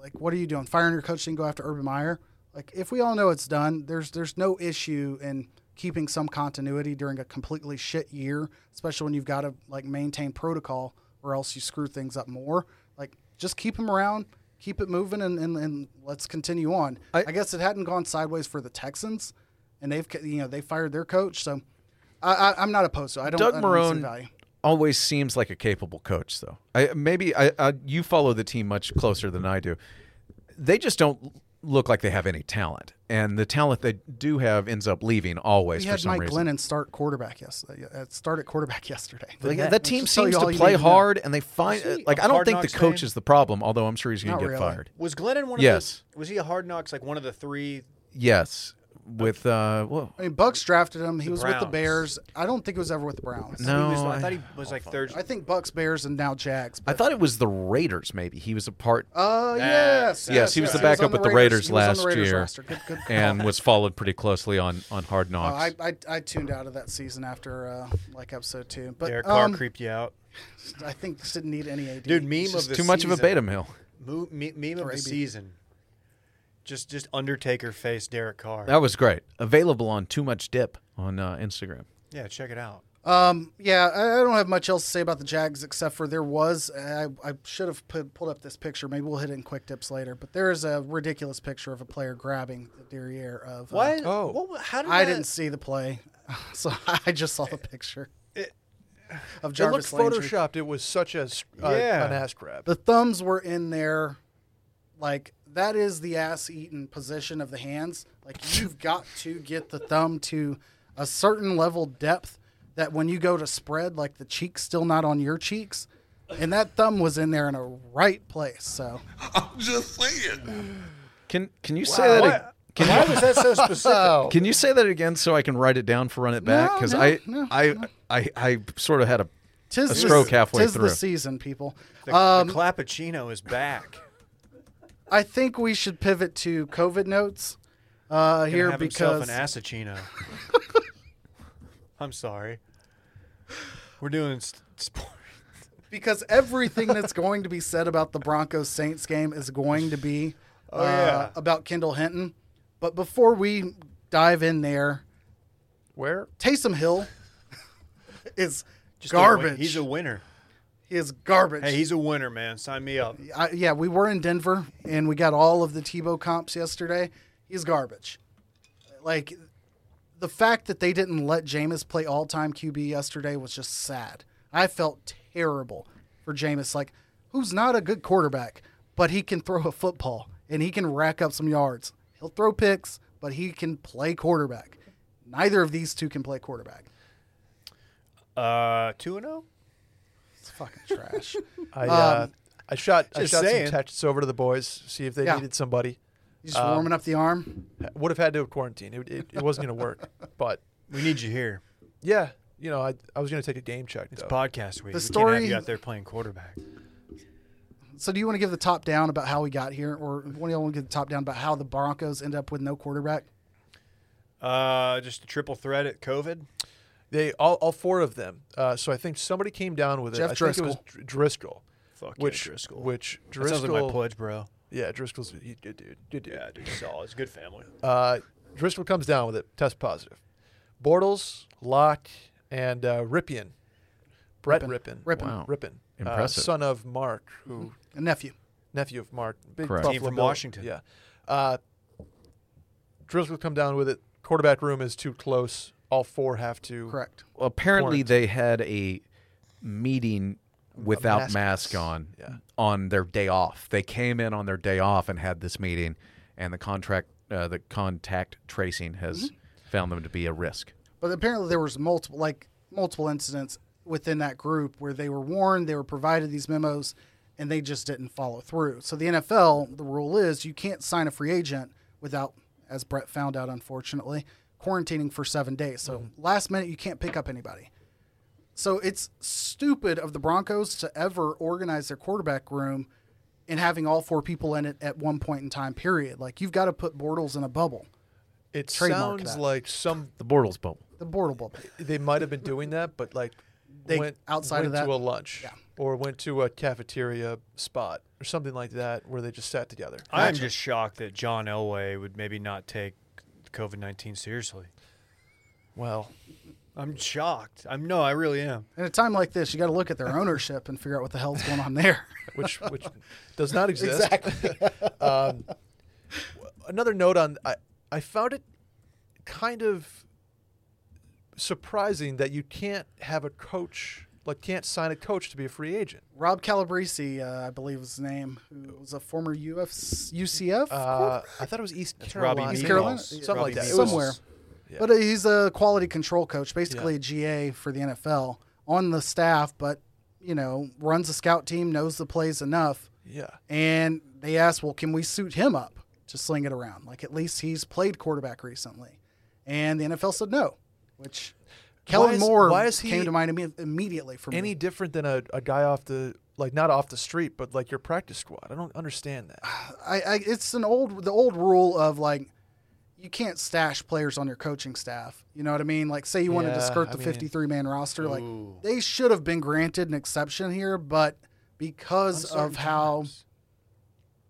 D: like what are you doing? Firing your coach and go after Urban Meyer? Like, if we all know it's done, there's there's no issue in keeping some continuity during a completely shit year, especially when you've got to like maintain protocol or else you screw things up more. Like, just keep him around, keep it moving, and, and, and let's continue on. I, guess it hadn't gone sideways for the Texans, and they've ca- you know they fired their coach, so I, I, I'm not opposed to. it. I don't.
E: Doug
D: I don't see
E: Marone-
D: value.
E: Always seems like a capable coach, though. I maybe I, I you follow the team much closer than I do. They just don't look like they have any talent, and the talent they do have ends up leaving always
D: We
E: for
D: had
E: some
D: Mike
E: reason.
D: Glennon start quarterback yesterday. uh, Start at quarterback yesterday.
E: Like, that team
D: Just tell
E: seems
D: you all
E: to
D: you
E: play
D: need to know.
E: hard, and they find
B: Is he
E: like
B: a
E: I don't
B: Hard
E: think the
B: Knocks
E: coach
B: fan?
E: is the problem. Although I'm sure he's going
D: Not
E: to
D: really.
E: get fired.
B: Was Glennon one
E: Yes.
B: of the? Was he a hard knocks like one of the three?
E: Yes, with uh, whoa.
D: I mean, Bucks drafted him. He was with the
B: Browns.
D: Bears. I don't think it was ever with the Browns.
E: No,
B: he was, I,
E: I-
B: thought he was like third.
D: I think Bucks, Bears, and now Jags.
E: I
D: But,
E: thought it was the Raiders. Maybe he was a part
D: uh, yes,
B: That's-
D: yes,
E: Yes, he was the backup
D: on
E: with the Raiders
D: He was on
E: last
D: the Raiders
E: year.
D: roster. Good, good call.
E: and was followed pretty closely on on Hard
D: Uh,
E: Knocks.
D: I, I I tuned out of that season after uh, like episode two, but
B: Derek Carr
D: um,
B: creeped you out,
D: I think this didn't need any AD.
B: dude. Meme of the
E: Too much of a
B: season.
E: beta male.
B: Mo- me- meme of
D: Or
B: the
D: AB.
B: season. Just just Undertaker face Derek Carr.
E: That was great. Available on Too Much Dip on uh, Instagram.
B: yeah, check it out.
D: Um, yeah, I, I don't have much else to say about the Jags except for there was I, I should have put, pulled up this picture. Maybe we'll hit it in quick tips later, but there is a ridiculous picture of a player grabbing the derriere of uh,
B: Why?
C: Oh.
B: What, how did
D: I
B: that-
D: didn't see the play, so I just saw the picture of
C: It looked
D: Jarvis Landry.
C: photoshopped. It was such a s- uh,
B: Yeah.
C: an ass grab.
D: The thumbs were in there, like that is the ass-eaten position of the hands. Like you've got to get the thumb to a certain level depth that when you go to spread, like the cheek's still not on your cheeks, and that thumb was in there in a right place. So
F: I'm just saying.
E: Can can you say that? ag- Can
B: Why
E: you,
B: was that so specific?
E: can you say that again so I can write it down for run it back?
D: No,
E: Because
D: no,
E: I,
D: no,
E: I, I I sort of had a
D: tis
E: A
D: the-
E: stroke halfway
D: tis
E: through.
D: the season, people. Uh,
B: The, the Clappuccino is back.
D: I think we should pivot to COVID notes uh,
B: Gonna
D: here
B: have
D: because
B: himself an Assaccino. I'm sorry. We're doing s- sport.
D: because everything that's going to be said about the Broncos Saints game is going to be uh,
B: Oh, yeah.
D: about Kendall Hinton. But before we dive in there,
C: Where?
D: Taysom Hill is
B: Just a win-
D: garbage.
B: he's a winner.
D: he is garbage.
B: Hey, he's a winner, man. Sign me up.
D: I, yeah, we were in Denver and we got all of the Tebow comps yesterday. He's garbage. Like the fact that they didn't let Jameis play all time QB yesterday was just sad. I felt terrible for Jameis, like who's not a good quarterback, but he can throw a football and he can rack up some yards. He'll throw picks, but he can play quarterback. Neither of these two can play quarterback.
B: Uh, two and zero.
D: It's fucking trash.
C: I uh, I shot I
B: Um, just
C: shot
B: saying.
C: some texts over to the boys see if they
D: Yeah.
C: needed somebody.
D: He's just warming up the arm.
C: Would have had to have quarantined. It, it, it wasn't going to work. But
B: We need you here.
C: yeah, you know, I, I was going to take a game check.
B: It's
C: though.
B: podcast week.
D: The
B: we can't have
D: story-
B: you out there playing quarterback.
D: So do you want to give the top down about how we got here, or one of y'all want to give the top down about how the Broncos end up with no quarterback?
B: Uh, just a triple threat at COVID.
C: They all, all four of them. Uh, so I think somebody came down with it.
D: Jeff
C: I think it was Dr- Driscoll.
B: Fuck yeah,
C: which
B: Driscoll.
C: Which
B: That
C: Driscoll?
B: sounds like my pledge, bro.
C: yeah, Driscoll's you, good dude. Good dude.
B: Yeah, dude, solid. Oh, It's good family.
C: Uh, Driscoll comes down with it. Test positive. Bortles, Locke, and uh, Ripien. Brett Ripien.
D: Rippin.
E: Wow.
C: Ripien. uh,
E: Impressive.
C: son of Mark, who
D: A nephew.
C: nephew of Mark, big
E: Correct.
C: Buffalo
B: Team from
C: Bill.
B: Washington.
C: Yeah, uh, Driscoll come down with it. Quarterback room is too close. All four have to.
D: Correct.
E: Well, apparently
C: Warrant.
E: they had a meeting without
C: mask.
E: mask on
C: Yeah.
E: on their day off. They came in on their day off and had this meeting, and the contract, uh, the contact tracing has
C: Mm-hmm.
E: found them to be a risk.
D: But apparently there was multiple like multiple incidents within that group where they were warned, they were provided these memos, and they just didn't follow through. So the NFL, the rule is you can't sign a free agent without, as Brett found out unfortunately, quarantining for seven days. So last minute you can't pick up anybody. So it's stupid of the Broncos to ever organize their quarterback room and having all four people in it at one point in time period. Like you've got to put Bortles in a bubble.
C: It
D: Trademark
C: sounds
D: that.
C: like some
E: The Bortles bubble.
D: The Bortle bubble.
C: they might have been doing that, but like
D: They-
C: went
D: outside
C: went
D: of that-
C: to a lunch or went to a cafeteria spot or something like that where they just sat together.
B: I'm just shocked that John Elway would maybe not take COVID 19 seriously.
C: well,
B: I'm shocked. I'm no, I really am.
D: In a time like this, you got to look at their ownership and figure out what the hell's going on there.
C: which which does not exist. Exactly. um, another note on I, I found it kind of surprising that you can't have a coach like can't sign a coach to be a free agent.
D: Rob Calabrese, uh, I believe was his name, who was a former UFC, UCF,
C: Uh, I thought it was East
B: Robbie
C: Carolina,
B: Meebles.
D: East Carolina,
C: something
B: Robbie
C: like that. It was-
D: somewhere.
C: yeah.
D: But uh, he's a quality control coach, basically a GA for the NFL on the staff, but you know runs a scout team, knows the plays enough,
C: yeah.
D: and they asked, well, can we suit him up to sling it around? Like at least he's played quarterback recently, and the NFL said no, which. Kellen
C: is-
D: Moore
C: why is he-
D: came to mind imme- immediately for me.
C: any different than a, a guy off the like not off the street but like your practice squad i don't understand that
D: I, I it's an old the old rule of like you can't stash players on your coaching staff. You know what I mean? Like say you wanted to
C: Yeah,
D: skirt
C: I
D: the
C: mean-
D: 53 man roster like they should have been granted an exception here, but because of how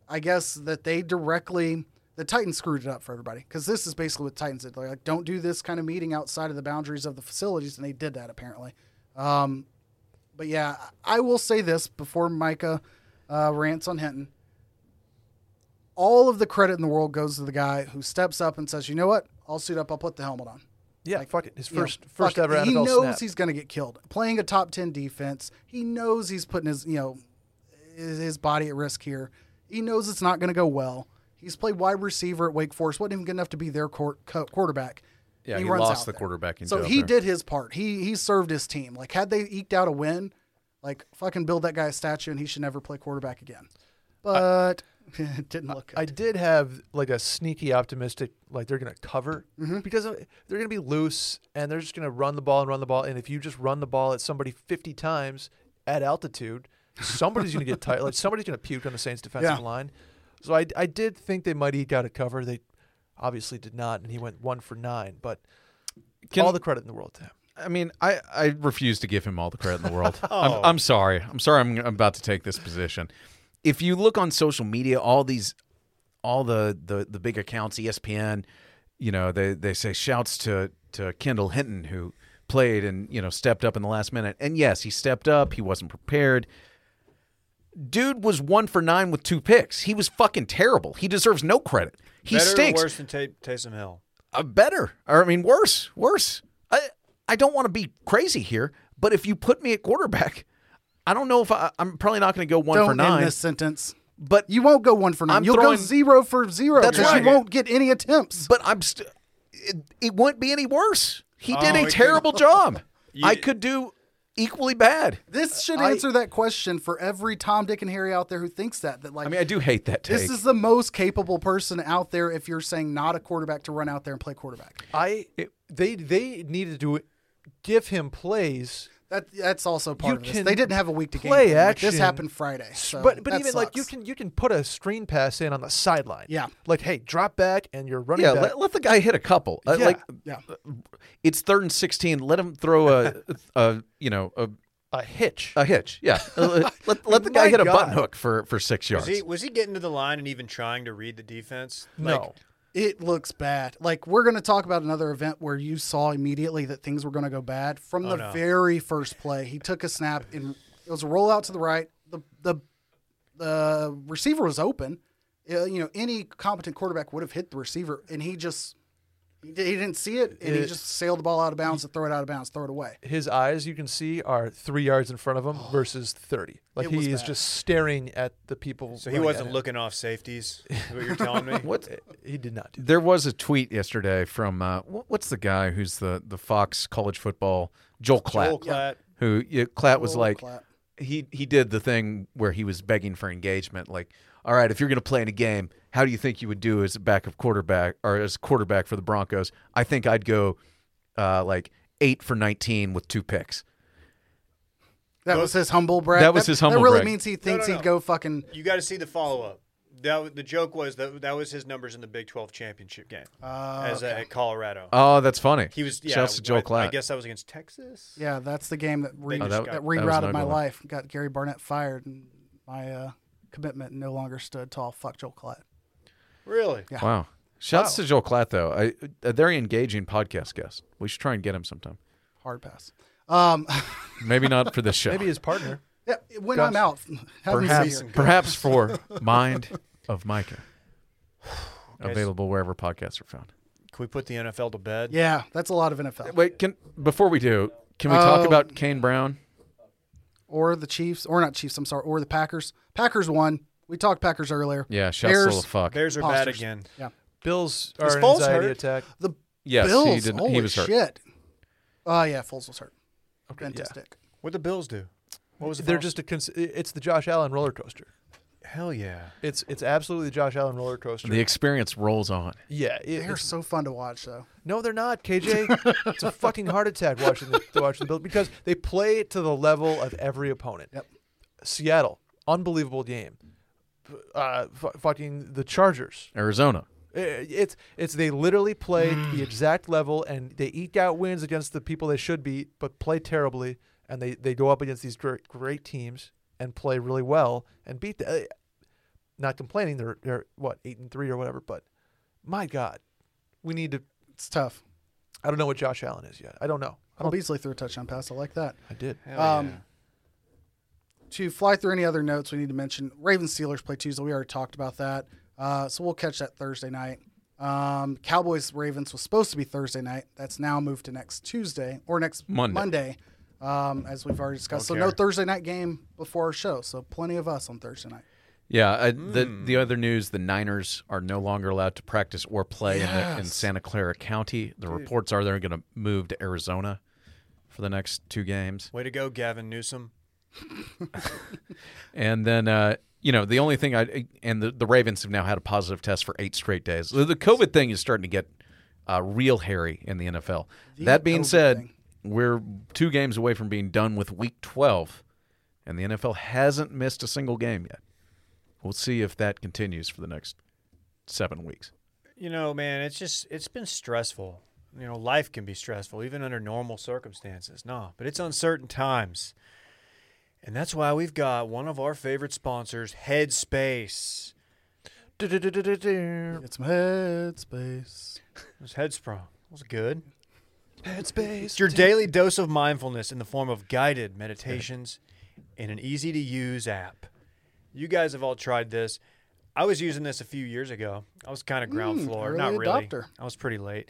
D: I guess that they directly the Titans screwed it up for everybody because this is basically what Titans did. They're like, don't do this kind of meeting outside of the boundaries of the facilities, and they did that apparently. Um, but yeah, I will say this before Micah uh, rants on Hinton. All of the credit in the world goes to the guy who steps up and says, "You know what? I'll suit up. I'll put the helmet on."
C: yeah fuck it his
D: You know,
C: first first
D: fuck it.
C: ever
D: He
C: nfl
D: knows
C: snap
D: he's going to get killed. Playing a top ten defense, he knows he's putting his you know his, his body at risk here. He knows it's not going to go well. He's played wide receiver at Wake Forest. wasn't even good enough to be their court, co- quarterback.
E: Yeah, he
D: runs
E: lost
D: out
E: the
D: there.
E: quarterbacking
D: So
E: duel
D: he
E: there.
D: did his part. He he served his team. Like had they eked out a win, like fucking build that guy a statue and he should never play quarterback again. But it didn't look good.
C: i did have like a sneaky optimistic like they're gonna cover
D: Mm-hmm.
C: because uh, they're gonna be loose and they're just gonna run the ball and run the ball and if you just run the ball at somebody 50 times at altitude somebody's gonna get tired like somebody's gonna puke on the saints defensive
D: Yeah.
C: line so I, I did think they might eke out a cover they obviously did not and he went one for nine but
E: Can-
C: all the credit in the world to him
E: I mean, I, I refuse to give him all the credit in the world.
B: Oh.
E: I'm, I'm sorry. I'm sorry. I'm, I'm about to take this position. If you look on social media, all these, all the the, the big accounts, E ESPN, you know, they, they say shouts to to Kendall Hinton who played and you know stepped up in the last minute. And yes, he stepped up. He wasn't prepared. Dude was one for nine with two picks. He was fucking terrible. He deserves no credit. He
B: Better
E: stinks
B: or worse than Ta- Taysom Hill.
E: uh, better, or I mean, worse, worse. I I don't want to be crazy here, but if you put me at quarterback, I don't know if I, I'm probably not going to go one
D: Don't
E: for nine.
D: end this sentence.
E: But
D: You won't go one for 9
E: I'm
D: You'll
E: throwing-
D: go zero for zero
E: That's
D: because
E: right.
D: you won't get any attempts.
E: but I'm st- it, it wouldn't be any worse. He did
B: Oh, it
E: a
B: could-
E: terrible job. I could do equally bad.
D: This should
E: I-
D: answer that question for every Tom, Dick, and Harry out there who thinks that. That like,
E: I mean, I do hate that take.
D: this is the most capable person out there. If you're saying not a quarterback to run out there and play quarterback,
C: I they they needed to give him plays
D: That that's also part
C: You
D: of this.
C: can
D: They didn't have a week to game
C: play
D: plan. Like, This
C: action,
D: happened Friday. So
C: but but
D: that
C: even like you
D: sucks.
C: can you can put a screen pass in on the sideline.
D: Yeah.
C: Like hey, drop back and you're running.
E: Yeah,
C: back.
E: let, let the guy hit a couple. Uh,
C: Yeah.
E: Like
D: yeah.
E: it's third and sixteen. Let him throw a, a you know a,
C: a hitch.
E: a hitch. Yeah, Uh, let, let the guy
C: My
E: hit a
C: God.
E: button hook for for six yards.
B: Was he, was he getting to the line and even trying to read the defense?
C: no.
B: Like,
D: It looks bad. Like we're going to talk about another event where you saw immediately that things were going to go bad
E: Oh,
D: from the
B: no.
D: very first play. He took a snap and it was a rollout to the right. The the the receiver was open. Uh, you know, any competent quarterback would have hit the receiver, and he just he di- he didn't see it, and he
C: It-
D: just sailed the ball out of bounds and throw it out of bounds, throw it away.
C: his eyes you can see are three yards in front of him versus 30 like
D: It was
C: he is
D: bad.
C: just staring at the people
B: so he wasn't looking off safeties. Is what you're telling me?
E: What
C: Uh, he did not do
E: there was a tweet yesterday from uh, wh- what's the guy who's the the Fox college football Joel Klatt,
B: Joel Klatt.
E: who yeah, Klatt was
D: Joel
E: like
D: Klatt.
E: he he did the thing where he was begging for engagement like all right if you're going to play in a game how do you think you would do as a backup quarterback or as quarterback for the Broncos I think I'd go uh, like 8 for 19 with two picks
D: That was his humble brag.
E: That was his humble
D: That really
E: brag.
D: means he thinks
B: no, no.
D: he'd go fucking.
B: You got to see the follow up. That w- the joke was that that was his numbers in the Big 12 championship game as a, at Colorado.
E: Oh, that's funny.
B: he was yeah.
E: Shouts to Joel
B: what- I
E: Klatt.
B: guess that was against Texas.
D: Yeah, that's the game that, re-
B: just
D: that,
B: got-
E: Oh, that was
D: rerouted
E: an
D: my
E: ugly one.
D: life. Got Gary Barnett fired, and my uh, commitment no longer stood tall. Fuck Joel Collette.
B: Really?
D: Yeah.
E: Wow. Shouts to Joel Klatt though. I a very engaging podcast guest. We should try and get him sometime.
D: Hard pass. Um,
E: Maybe not for this show.
C: maybe his partner
D: yeah, when
C: Gus,
D: I'm out, have me
E: perhaps
D: see her.
E: perhaps for Mind of Micah.
B: Guys.
E: Available wherever podcasts are found.
B: Can we put the NFL to bed?
D: Yeah, that's a lot of NFL.
E: Wait, can before we do, can we talk
D: Oh.
E: about Kane Brown?
D: Or the Chiefs, or not Chiefs. I'm sorry, or the Packers. Packers won. We talked Packers earlier.
E: Yeah, shouts to
D: Bears.
E: little fuck.
B: Bears are bad
D: Imposters.
B: again.
D: Yeah.
C: bills are an
B: Foles
C: anxiety
B: hurt?
C: attack
D: The
E: yes,
D: Bills.
E: he did
D: holy
E: he was hurt.
D: shit. Oh yeah, Foles was hurt. Okay,
C: yeah.
B: What the Bills do? What was the
C: they're
B: final-
C: just a cons- it's the josh allen roller coaster
B: hell yeah.
C: it's it's absolutely the josh allen roller coaster
E: The experience rolls on.
C: yeah it-
D: They're
C: it's-
D: so fun to watch though.
C: no they're not kj it's a fucking heart attack watching the watching the bills because they play to the level of every opponent
D: Yep.
C: seattle unbelievable game uh, f- fucking the chargers
E: Arizona.
C: Uh, It's it's they literally play the exact level and they eke out wins against the people they should beat, but play terribly, and they they go up against these great, great teams and play really well and beat. The, uh, not complaining, they're they're what eight and three or whatever, but my God, we need to.
D: It's tough.
C: I don't know what Josh Allen is yet. I don't know. I
D: Well,
C: don't.
D: Beasley threw a touchdown pass. I like that.
C: I did. Uh,
D: Um, To fly through any other notes, we need to mention Ravens Steelers play Tuesday. We already talked about that. Uh, so we'll catch that Thursday night. Um, Cowboys Ravens was supposed to be Thursday night. That's now moved to next Tuesday or next
E: Monday.
D: Monday um, as we've already discussed. so no Thursday night game before our show. So plenty of us on Thursday night.
E: Yeah, I, the the other news: the Niners are no longer allowed to practice or play in, the, in Santa Clara County. The reports are they're going to move to Arizona for the next two games,
B: Way to go, Gavin Newsom.
E: and then uh, you know the only thing I and the, the Ravens have now had a positive test for eight straight days. The, the COVID thing is starting to get uh, real hairy in the NFL. that being
D: COVID
E: said,
D: thing.
E: we're two games away from being done with Week 12, and the NFL hasn't missed a single game yet. We'll see if that continues for the next seven weeks.
B: You know, man, it's just it's been stressful. You know, life can be stressful even under normal circumstances. No, but it's uncertain times. And that's why we've got one of our favorite sponsors, Headspace.
D: Get some headspace.
B: It was Headsprung. It was good.
C: Headspace.
B: It's your daily dose of mindfulness in the form of guided meditations in an easy to use app. You guys have all tried this. I was using this a few years ago. I was kind of ground floor,
D: Hmm, early
B: not really.
D: adopter.
B: I was pretty late.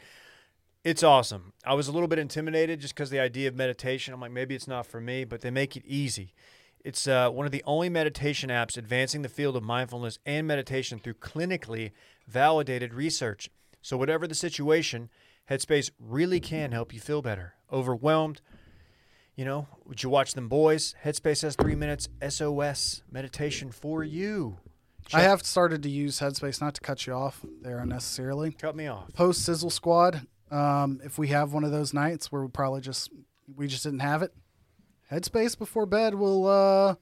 B: It's awesome. I was a little bit intimidated just because the idea of meditation. I'm like, maybe it's not for me, but they make it easy. It's uh, one of the only meditation apps advancing the field of mindfulness and meditation through clinically validated research. So, whatever the situation, Headspace really can help you feel better. Overwhelmed, you know, would you watch them boys? Headspace has three minutes SOS meditation for you.
D: I have started to use Headspace not to cut you off there unnecessarily.
B: Cut me off.
D: post sizzle squad um, if we have one of those nights where we probably just we just didn't have it Headspace before bed will uh,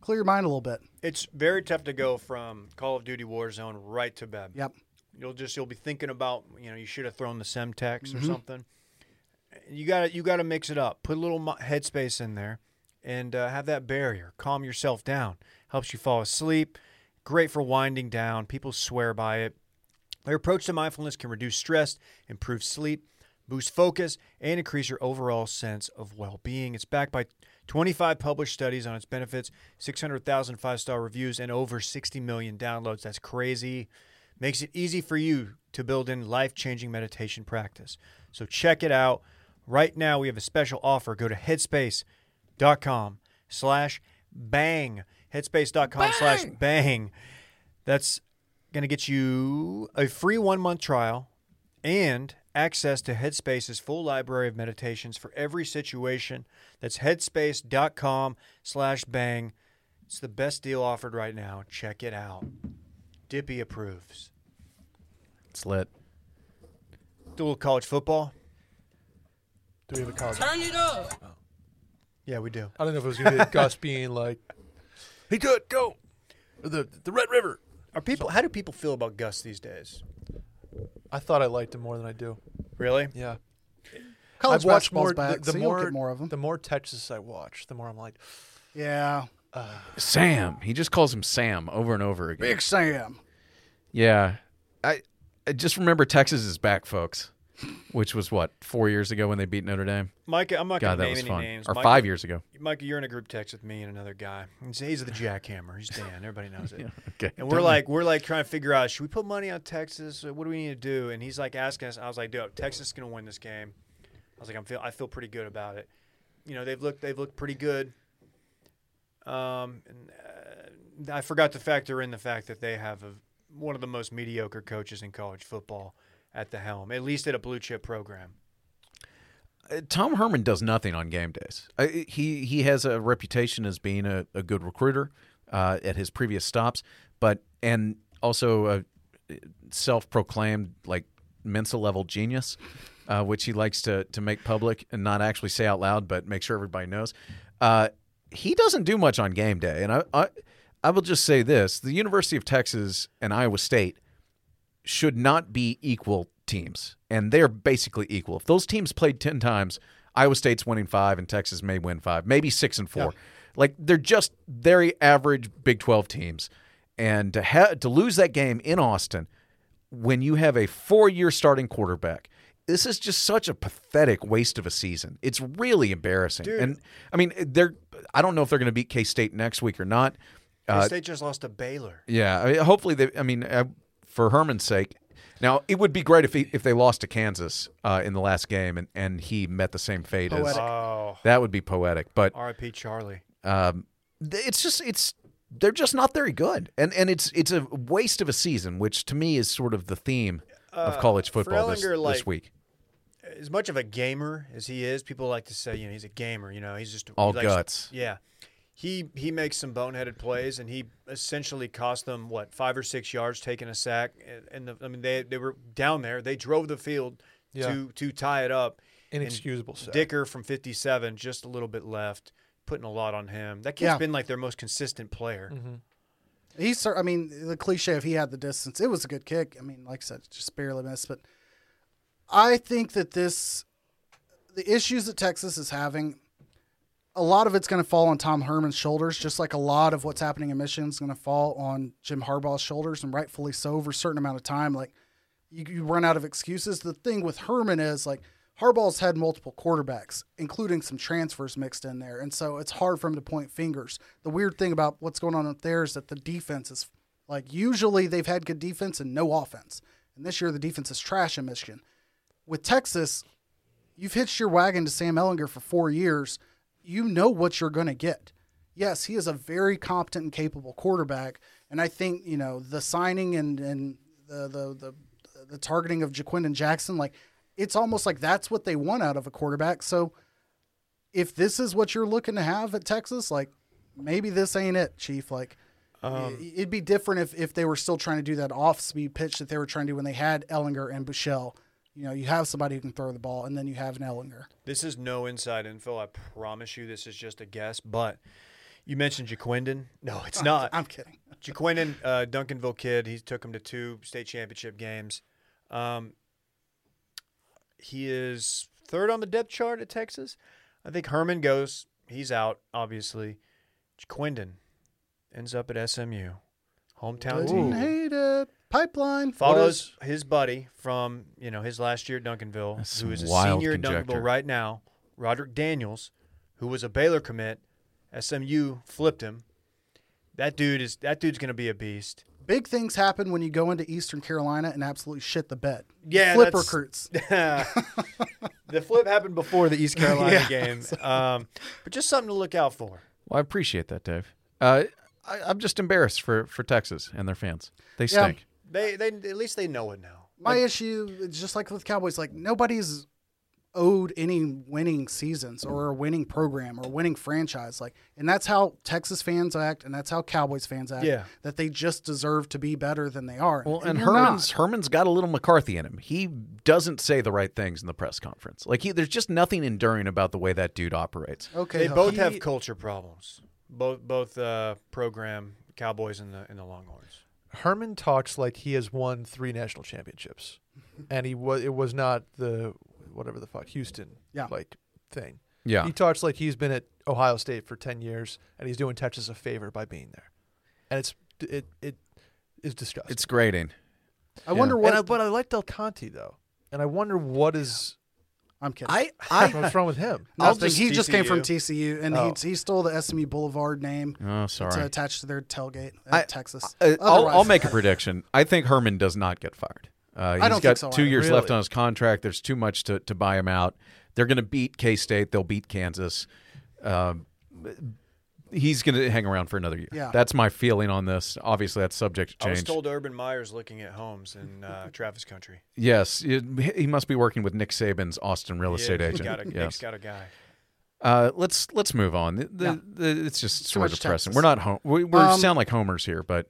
D: clear your mind a little bit.
B: It's very tough to go from Call of Duty Warzone right to bed.
D: Yep.
B: You'll just you'll be thinking about you know you should have thrown the semtex or something. You got to you got to mix it up. Put a little mo- headspace in there, and uh, have that barrier. Calm yourself down. Helps you fall asleep. Great for winding down. People swear by it. Their approach to mindfulness can reduce stress, improve sleep, boost focus, and increase your overall sense of well being. It's backed by 25 published studies on its benefits, 600,000 five star reviews, and over 60 million downloads. That's crazy. Makes it easy for you to build in life changing meditation practice. So check it out. Right now, we have a special offer. Go to headspace.com slash bang. Headspace.com slash bang. That's going to get you a free one month trial and access to Headspace's full library of meditations for every situation. That's headspace.com slash bang. It's the best deal offered right now. Check it out. Dippy approves.
E: It's lit.
B: Do a little college football?
C: Do we have a college?
G: Turn it up.
B: Yeah, we do.
C: I don't know if it was going to be Gus being like, "Hey, do it, go." Or the the Red River.
B: Are people? How do people feel about Gus these days?
C: I thought I liked him more than I do.
B: Really?
C: Yeah,
D: College
C: I've watched
D: basketball's
C: more.
D: back,
C: the, the
D: so
C: more
D: you'll get more of them.
C: the more Texas I watch, the more I'm like,
D: yeah,
E: Sam. He just calls him Sam over and over again.
D: Big Sam.
E: Yeah. I, I just remember Texas is back, folks, which was what, four years ago when they beat Notre Dame?
B: Micah, I'm not
E: God,
B: going to
E: that
B: name
E: was
B: any
E: fun.
B: names.
E: Or
B: Micah-
E: five years ago.
B: Micah, you're in a group text with me and another guy. He's, he's the jackhammer. He's Dan. Everybody knows it.
E: Okay.
B: And we're like, we're like trying to figure out, should we put money on Texas? What do we need to do? And he's like asking us. I was like, dude, Texas is gonna win this game. I was like, I'm feel, I feel pretty good about it. You know, they've looked, they've looked pretty good. Um, and, uh, I forgot to factor in the fact that they have a, one of the most mediocre coaches in college football at the helm, at least at a blue chip program.
E: Uh, Tom Herman does nothing on game days. Uh, he he has a reputation as being a, a good recruiter uh, at his previous stops, but and also a self-proclaimed like Mensa level genius, uh, which he likes to to make public and not actually say out loud, but make sure everybody knows. Uh, he doesn't do much on game day, and I, I I will just say this: the University of Texas and Iowa State should not be equal teams, and they're basically equal. If those teams played ten times, Iowa State's winning five, and Texas may win five, maybe six and four. Like they're just very average Big Twelve teams, and to ha- to lose that game in Austin when you have a four-year starting quarterback. This is just such a pathetic waste of a season. It's really embarrassing. And I mean, they're I don't know if they're going to beat K State next week or not.
B: They State just lost to Baylor.
E: Yeah, I mean, hopefully they. I mean, uh, for Herman's sake. Now it would be great if he, if they lost to Kansas uh, in the last game and, and he met the same fate
D: Poetic.
E: as
B: Oh,
E: that would be poetic. But
B: R.I.P. Charlie.
E: um, th- it's just it's they're just not very good, and and it's it's a waste of a season, which to me is sort of the theme
D: Uh,
E: of college football this,
B: Frelinger,
E: this
B: like,
E: week.
B: as much of a gamer as he is, people like to say, you know, he's a gamer. You know, he's just
E: All
B: he likes-
E: guts.
B: Yeah, he he makes some boneheaded plays, and he essentially cost them what five or six yards taking a sack. And- And the, I mean, they they were down there. They drove the field
C: Yeah.
B: to to tie it up. and
C: Inexcusable sack.
B: Dicker from 57, just a little bit left, putting a lot on him. That kid's
D: Yeah.
B: been like their most consistent player.
C: Mm-hmm.
D: He, cer- I mean, the cliche if he had the distance, it was a good kick. I mean, like I said, just barely missed. But I think that this, the issues that Texas is having, a lot of it's going to fall on Tom Herman's shoulders, just like a lot of what's happening in Michigan is going to fall on Jim Harbaugh's shoulders, and rightfully so over a certain amount of time. Like, you, you run out of excuses. The thing with Herman is like Harbaugh's had multiple quarterbacks, including some transfers mixed in there, and so it's hard for him to point fingers. The weird thing about what's going on up there is that the defense is like usually they've had good defense and no offense, and this year the defense is trash in Michigan. With Texas, you've hitched your wagon to Sam Ellinger for four years. You know what you're going to get. Yes, he is a very competent and capable quarterback, and I think you know the signing and and the the the, the targeting of Jaquindon Jackson, like it's almost like that's what they want out of a quarterback. So if this is what you're looking to have at Texas, like maybe this ain't it, Chief. Like
B: Um,
D: i- it'd be different if if they were still trying to do that off speed pitch that they were trying to do when they had Ellinger and Bouchelle. You know, you have somebody who can throw the ball, and then you have an Ellinger.
B: This is no inside info. I promise you, this is just a guess. But you mentioned Jaquindon. No, it's not.
D: I'm kidding.
B: Jaquindon, uh, Duncanville kid. He took him to two state championship games. Um, he is third on the depth chart at Texas. I think Herman goes. He's out, obviously. Jaquindon ends up at SMU, hometown
D: Didn't
B: team.
D: hate it. Pipeline.
B: Follows his buddy from you know his last year at Duncanville,
E: That's
B: who is a
E: wild
B: senior at
E: conjecture.
B: Duncanville right now, Roderick Daniels, who was a Baylor commit. SMU flipped him. That dude is that dude's gonna be a beast.
D: Big things happen when you go into Eastern Carolina and absolutely shit the bed.
B: Yeah,
D: flip
B: that's-
D: recruits.
B: the flip happened before the East Carolina game, um, but just something to look out for.
E: Well, I appreciate that, Dave. Uh, I, I'm just embarrassed for, for Texas and their fans. They
D: Yeah.
E: stink.
B: They they at least they know it now.
D: My issue, it's just like with Cowboys, like nobody's owed any winning seasons or a winning program or winning franchise. Like, and that's how Texas fans act, and that's how Cowboys fans act.
B: Yeah.
D: that they just deserve to be better than they are.
E: Well, and
D: you're not.
E: Herman's Herman's got a little McCarthy in him. He doesn't say the right things in the press conference. Like he, there's just nothing enduring about the way that dude operates.
D: okay.
B: They
D: Huff.
B: both have culture problems. Both both uh, program Cowboys and the and the Longhorns.
C: Herman talks like he has won three national championships, and he was it was not the whatever the fuck Houston
D: Yeah.
C: like thing.
E: Yeah.
C: he talks like he's been at Ohio State for ten years, and he's doing Texas a favor by being there, and it's it it is disgusting.
E: It's grating.
D: I wonder
C: and
D: what.
C: I, but I like Del Conte though, and I wonder what is
D: I'm kidding.
E: I I
C: what's wrong with him.
D: Nothing.
B: I'll just
D: he just came from
B: TCU.
D: TCU, and
C: Oh.
D: he, he stole the SMU Boulevard name
E: oh
D: to
E: sorry.
D: attach to their tailgate at
E: I-
D: Texas.
E: Uh, I'll, I'll
D: Otherwise-
E: make a prediction. I think Herman does not get fired. Uh, he's
D: don't think
E: got
D: so
E: two
D: either.
E: years left
C: Really?
E: on his contract. There's too much to, to buy him out. They're going to beat K State. They'll beat Kansas. Um, he's going to hang around for another year.
D: Yeah.
E: That's my feeling on this. Obviously, that's subject to
B: I was
E: change.
B: told Urban Meyer's looking at homes in uh, Travis Country.
E: yes, it- he must be working with Nick Saban's Austin real estate
B: Yeah, he's
E: agent.
B: Got a,
E: yes.
B: Nick's got a guy.
E: Uh, let's let's move on. The, the,
D: Yeah.
E: the, it's just sort of
D: much
E: depressing.
D: Texas.
E: We're not home. We we
D: Um,
E: sound like homers here, but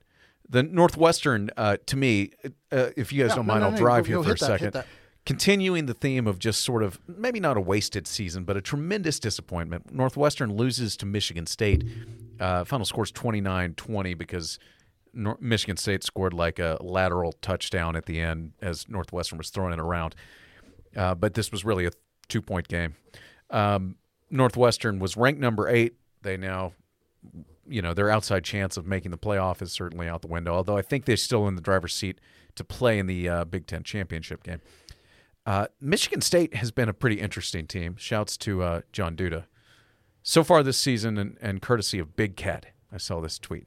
E: the Northwestern uh, to me, uh, if you guys
D: No,
E: don't
D: no,
E: mind,
D: no,
E: I'll
D: no,
E: drive
D: go-
E: here
D: go
E: for
D: hit
E: a
D: that, hit
E: second.
D: that.
E: Continuing the theme of just sort of maybe not a wasted season, but a tremendous disappointment. Northwestern loses to Michigan State. Uh, final scores 29-20 because Nor- Michigan State scored like a lateral touchdown at the end as Northwestern was throwing it around uh, but this was really a two point game. Um, Northwestern was ranked number eight. They now, you know, their outside chance of making the playoff is certainly out the window, although I think they're still in the driver's seat to play in the uh, Big Ten championship game. Uh, Michigan State has been a pretty interesting team. Shouts to uh, John Duda. So far this season, and, and courtesy of Big Cat, I saw this tweet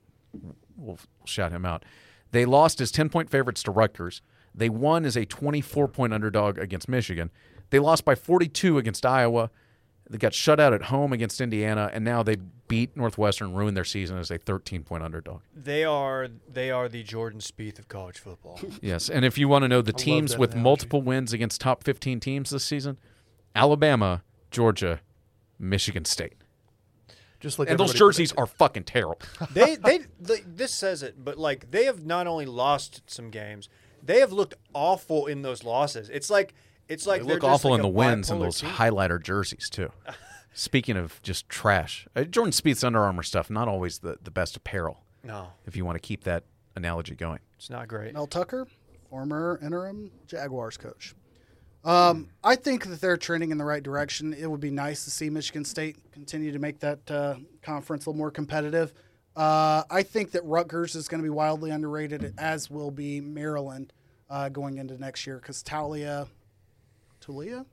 E: we'll shout him out. They lost as 10 point favorites to Rutgers. They won as a 24 point underdog against Michigan. They lost by 42 against Iowa. They got shut out at home against Indiana, and now they beat Northwestern, ruined their season as a 13 point underdog.
B: They are they are the Jordan Spieth of college football.
E: Yes. And if you want to know the teams
C: that
E: with
C: analogy.
E: multiple wins against top 15 teams this season Alabama, Georgia, Michigan State.
C: Just like
E: And those
C: everybody
E: jerseys
C: predicted.
E: are fucking terrible.
B: they, they they this says it, but like they have not only lost some games, they have looked awful in those losses. It's like it's like
E: They
B: they're
E: look
B: just
E: awful
B: like
E: in
B: a
E: the wins and
B: bipolar
E: those
B: team.
E: highlighter jerseys too. Speaking of just trash, uh, Jordan Spieth's Under Armour stuff not always the, the best apparel.
B: No,
E: If you want to keep that analogy going,
B: it's not great.
D: Mel Tucker, former interim Jaguars coach. Um, I think that they're trending in the right direction. It would be nice to see Michigan State continue to make that uh, conference a little more competitive. Uh, I think that Rutgers is going to be wildly underrated, as will be Maryland uh, going into next year because Talia, Tulia,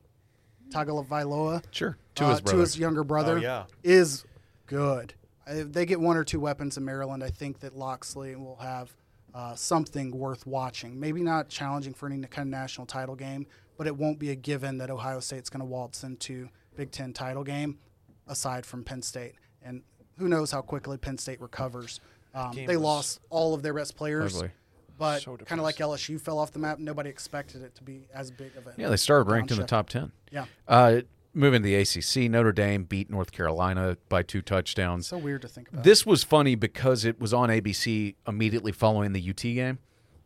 D: Tagovailoa,
E: sure.
D: Uh, to, his, to his younger brother
B: Oh, yeah.
D: is good. If they get one or two weapons in Maryland, I think that Loxley will have uh, something worth watching. Maybe not challenging for any kind of national title game, but it won't be a given that Ohio State's going to waltz into Big Ten title game, aside from Penn State. And who knows how quickly Penn State recovers. Um,
B: game
D: they
B: was
D: lost all of their best players,
E: ugly.
D: but kind of like LSU fell off the map. Nobody expected it to be as big of a
E: yeah, they started ranked in the
D: concept.
E: top ten.
D: Yeah.
E: Uh, moving to the ACC, Notre Dame beat North Carolina by two touchdowns.
D: So weird to think about.
E: This was funny because it was on ABC immediately following the UT game.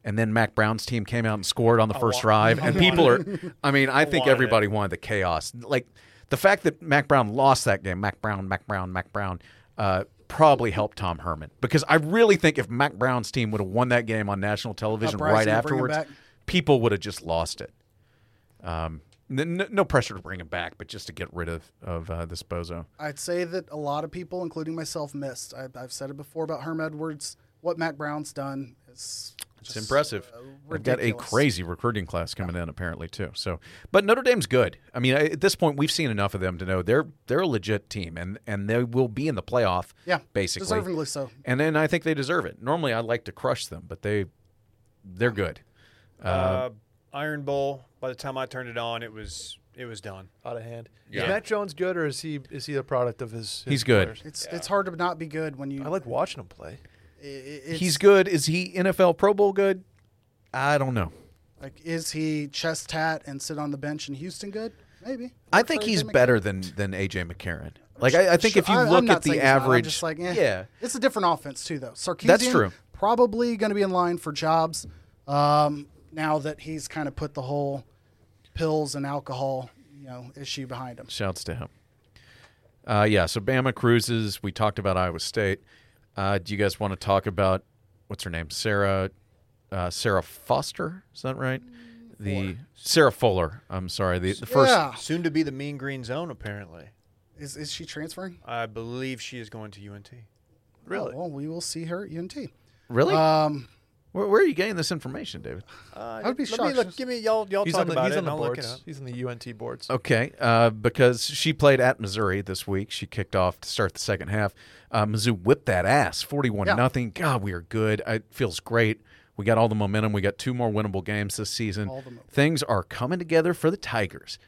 E: And then Mac Brown's team came out and scored on the first drive. and people are, I mean, I think
B: wanted
E: everybody wanted the chaos. Like the fact that Mac Brown lost that game, Mac Brown, Mac Brown, Mac Brown, uh, probably helped Tom Herman. Because I really think if Mac Brown's team would have won that game on national television
D: Bryson
E: right
D: to bring him
E: afterwards,
D: back.
E: people would have just lost it. Um, n- n- no pressure to bring him back, but just to get rid of, of uh, this bozo.
D: I'd say that a lot of people, including myself, missed. I, I've said it before about Herm Edwards. What Mac Brown's done is
E: It's impressive. We've got a
D: uh, ridiculous.
E: crazy recruiting class coming in apparently too. So, but Notre Dame's good. I mean, I- at this point, we've seen enough of them to know they're they're a legit team, and and they will be in the playoff.
D: Yeah,
E: basically,
D: deservingly so.
E: And then I think they deserve it. Normally, I like to crush them, but they they're good.
B: Uh, Iron Bowl. By the time I turned it on, it was it was done.
C: out of hand.
E: Yeah.
C: Is Matt Jones good or is he is he the product of his? his
E: He's good.
C: players?
D: It's it's hard to not be good when you.
C: I like watching him play.
D: i- i- it's
E: He's good. Is he NFL Pro Bowl good? I don't know.
D: like is he chest tat and sit on the bench in Houston good? Maybe.
E: I
D: Work
E: think
D: for
E: he's
D: AJ McCarron.
E: better than than AJ McCarron. Like I, I think if you
D: Sure, I- I'm
E: look
D: not
E: at the
D: saying he's not. I'm
E: average,
D: just like, eh.
E: yeah,
D: it's a different offense too, though. Sarkisian
E: true.
D: Probably going to be in line for jobs um, now that he's kind of put the whole pills and alcohol, you know, issue behind him.
E: Shouts to him. Uh, yeah, so Bama cruises. We talked about Iowa State. Uh, do you guys want to talk about what's her name? Sarah uh, Sarah Foster. Is that right? The Sarah Fuller. I'm sorry. The, the first.
D: yeah.
B: Soon to be the Mean Green Zone. Apparently,
D: Is, is she transferring?
B: I believe she is going to UNT.
C: Really?
D: Oh, well, we will see her at UNT.
E: Really?
D: Um,
E: where, where are you getting this information, David?
B: Uh,
D: I would be
B: let me
D: shocked.
B: look- give me y'all. Y'all
C: He's
B: talk
C: on the,
B: about
C: he's
B: it.
C: on the
B: and I'll look it
C: boards.
B: up.
C: He's on the UNT boards.
E: Okay, uh, because she played at Missouri this week. She kicked off to start the second half. Uh, Mizzou whipped that ass, forty-one
D: Yeah.
E: nothing. God, we are good. Uh, It feels great. We got all the momentum. We got two more winnable games this season.
D: All the mo-
E: Things are coming together for the Tigers,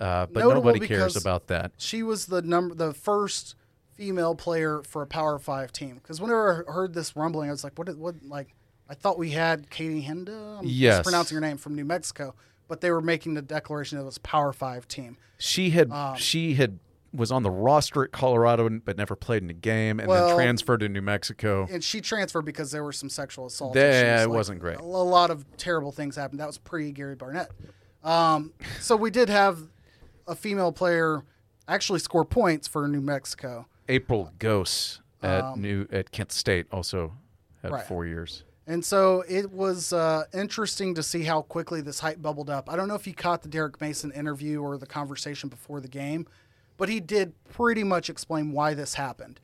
E: uh, but
D: Notable
E: nobody cares
D: because-
E: about that.
D: she was the number, the first female player for a Power Five team. Because whenever I heard this rumbling, I was like, what? is- What? Like, I thought we had Katie Henda. I'm
E: Yes.
D: mispronouncing her name from New Mexico, but they were making the declaration that it was Power Five team.
E: She had
D: Um,
E: she had was on the roster at Colorado but never played in a game, and then
D: Well-
E: transferred to New Mexico.
D: and she transferred because there were some sexual assault.
E: Yeah,
D: issues.
E: it wasn't great.
D: A lot of terrible things happened. That was pre Gary Barnett. Um, so we did have a female player actually score points for New Mexico,
E: April Gose at New at Kent State also had
D: Um, Right.
E: four years.
D: and so it was uh, interesting to see how quickly this hype bubbled up. I don't know if you caught the Derek Mason interview or the conversation before the game, but he did pretty much explain why this happened.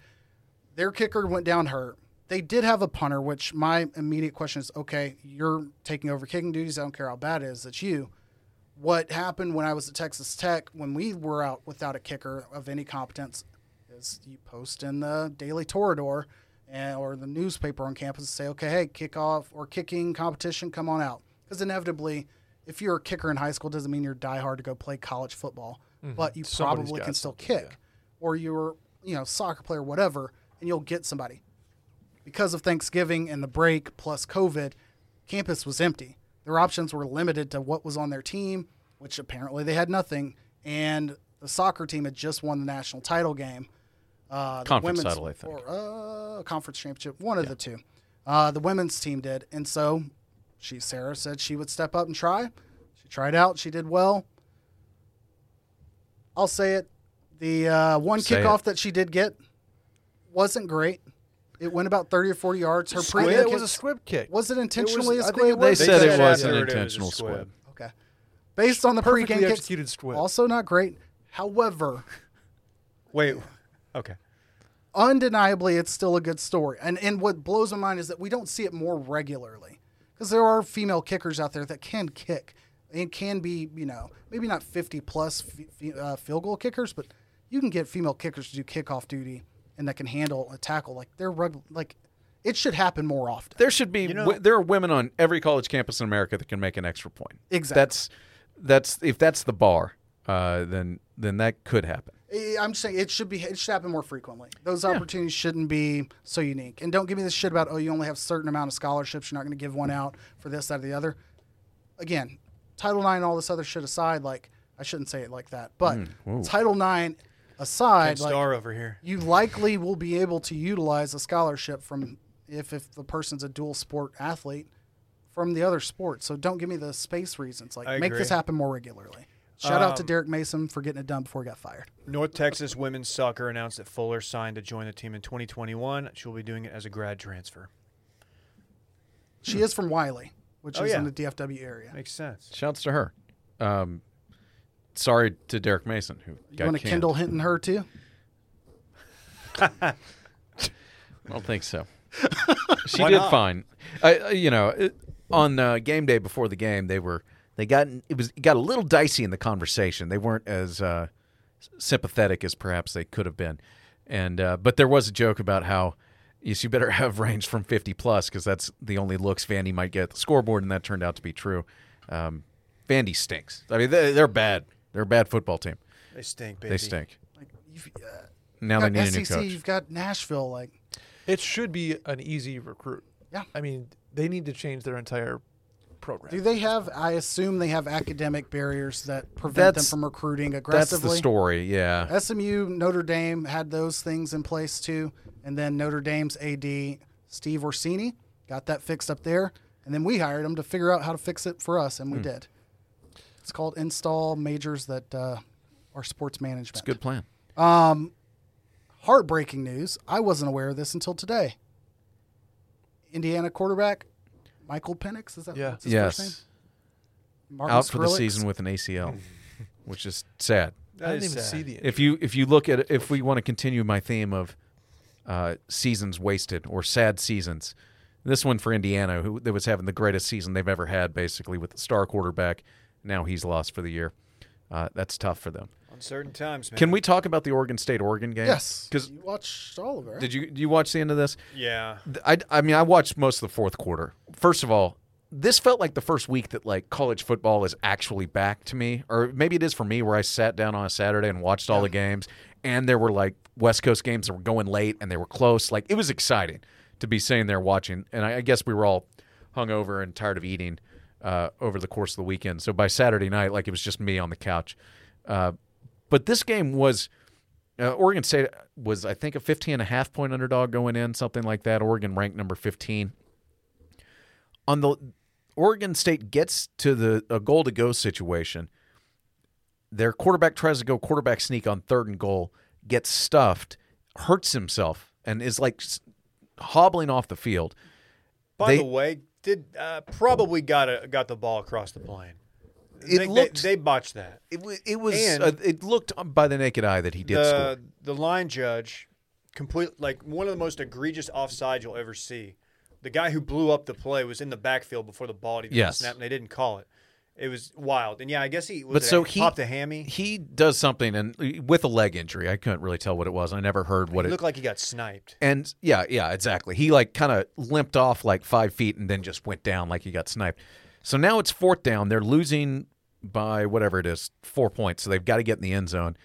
D: their kicker went down hurt. They did have a punter, which my immediate question is okay, you're taking over kicking duties. I don't care how bad it is, it's you. What happened when I was at Texas Tech when we were out without a kicker of any competence is you post in the Daily Torador and, or the newspaper on campus and say, okay, hey, kickoff or kicking competition, come on out. Because inevitably, if you're a kicker in high school, it doesn't mean you're diehard to go play college football, but you
C: Somebody's
D: probably
C: got
D: can still kick or you're you know soccer player whatever and you'll get somebody because of thanksgiving and the break plus covid campus was empty their options were limited to what was on their team which apparently they had nothing and the soccer team had just won the national title game uh, the
E: Conference
D: women's-
E: title, I think.
D: or uh, conference championship one of the two uh, the women's team did and so she sarah said she would step up and try she tried out she did well I'll say it. The uh, one
E: Say
D: kickoff
E: it.
D: that she did get wasn't great. It went about 30 or 40 yards. Her pre
C: It was a squib kick.
D: Was it intentionally
C: was-
D: a
C: I think
D: squib?
C: it was-
E: They said
B: after
E: it was an
B: it was a
E: intentional squib.
D: Okay. Based on the
C: Perfectly
D: pre-game kicks,
C: executed squib.
D: also not great. However,
B: Wait. Okay.
D: undeniably, it's still a good story. And and what blows my mind is that we don't see it more regularly because there are female kickers out there that can kick and can be you know maybe not 50 plus f- f- uh, field goal kickers, but you can get female kickers to do kickoff duty and that can handle a tackle like they're reg- like it should happen more often.
E: There should be w- there are women on every college campus in America that can make an extra point.
D: Exactly.
E: That's that's if that's the bar, uh, then then that could happen.
D: I- I'm just saying it should be it should happen more frequently. Those opportunities shouldn't be so unique. And don't give me this shit about oh you only have a certain amount of scholarships. You're not going to give one out for this that or the other. Again, Title IX, all this other shit aside, like I shouldn't say it like that, but Title IX aside, like,
B: Star over here.
D: you likely will be able to utilize a scholarship from if if the person's a dual sport athlete from the other sports. So don't give me the space reasons. Like,
B: I
D: make this
B: agree. Um,
D: happen more regularly. Shout out to Derek Mason for getting it done before he got fired.
B: North Texas women's soccer announced that Fuller signed to join the team in 2021. She'll be doing it as a grad transfer.
D: She is from Wiley, which
B: Oh,
D: is
B: yeah.
D: in the DFW area.
B: Makes sense.
E: Shouts to her. Um, sorry to Derek Mason who
D: You
E: got
D: want to
E: canned.
D: Kindle hinting her too?
E: I don't think so. she
B: Why
E: did
B: not?
E: fine. I, I- you know, it, on uh, game day before the game, they were they got it was it got a little dicey in the conversation. They weren't as uh, s- sympathetic as perhaps they could have been, and uh, but there was a joke about how. Yes, you better have range from 50 plus because that's the only looks Vandy might get at the scoreboard, and that turned out to be true. Um, Vandy stinks. I mean, they, they're bad. They're a bad football team.
B: They stink, baby.
E: They stink.
D: Like, you've, uh,
E: Now they
D: got E
E: need a new
D: SEC,
E: coach.
D: you've got Nashville. Like,
C: It should be an easy recruit.
D: Yeah.
C: I mean, they need to change their entire program.
D: do they have? I assume they have academic barriers that prevent them
E: That's-
D: from recruiting
E: That's
D: aggressively.
E: the story. Yeah.
D: SMU, Notre Dame had those things in place too, and then Notre Dame's AD Steve Orsini got that fixed up there, and then we hired him to figure out how to fix it for us, and
E: Hmm.
D: we did. It's called install majors that uh, are sports management.
E: It's a good plan.
D: Heartbreaking news! I wasn't aware of this until today. Indiana quarterback Michael Penix is that?
C: Yeah.
D: what's his first name?
E: Yes.
D: Martin
E: out for the
D: Skrillex?
E: season with an ACL, which is sad.
C: I
B: That
C: didn't
B: is
C: even
B: sad.
C: see the.
E: If you if you look at if we want to continue my theme of uh, seasons wasted or sad seasons, this one for Indiana, who that was having the greatest season they've ever had, basically with the star quarterback. Now he's lost for the year. Uh, that's tough for them.
B: Uncertain times, man.
E: Can we talk about the Oregon State Oregon game?
D: Yes,
E: Because
D: you watched all of it. right?
E: did you did you watch the end of this?
B: Yeah.
E: Th- I, I mean, I watched most of the fourth quarter. First of all, this felt like the first week that like college football is actually back to me, or maybe it is for me, where I sat down on a Saturday and watched all the games, and there were like West Coast games that were going late and they were close. Like it was exciting to be sitting there watching, and I, I guess we were all hungover and tired of eating uh, over the course of the weekend. So by Saturday night, like it was just me on the couch. Uh, but this game was uh, Oregon State was, I think, a 15 and a half point underdog going in, something like that. Oregon ranked number 15. On the Oregon State gets to the a goal to go situation. Their quarterback tries to go quarterback sneak on third and goal, gets stuffed, hurts himself, and is like s- hobbling off the field.
B: By
E: They-
B: the way, did uh, probably got a, got the ball across the plane.
E: It
B: they,
E: looked-
B: they, they botched that.
E: It, wa- it was
B: And-
E: uh, it looked um, by the naked eye that he did score.
B: the the line judge complete like one of the most egregious offsides you'll ever see. The guy who blew up the play was in the backfield before the ball even
E: Yes.
B: snapped, and they didn't call it. It was wild, and yeah, I guess he was
E: But
B: it
E: so
B: a,
E: he-
B: popped a hammy. He
E: He does something and uh, with a leg injury. I couldn't really tell what it was. I never heard what it
B: looked like he got sniped.
E: And yeah, yeah, exactly. He like kind of limped off like five feet and then just went down like he got sniped. So now it's fourth down. They're losing by whatever it is, four points. So they've got to get in the end zone.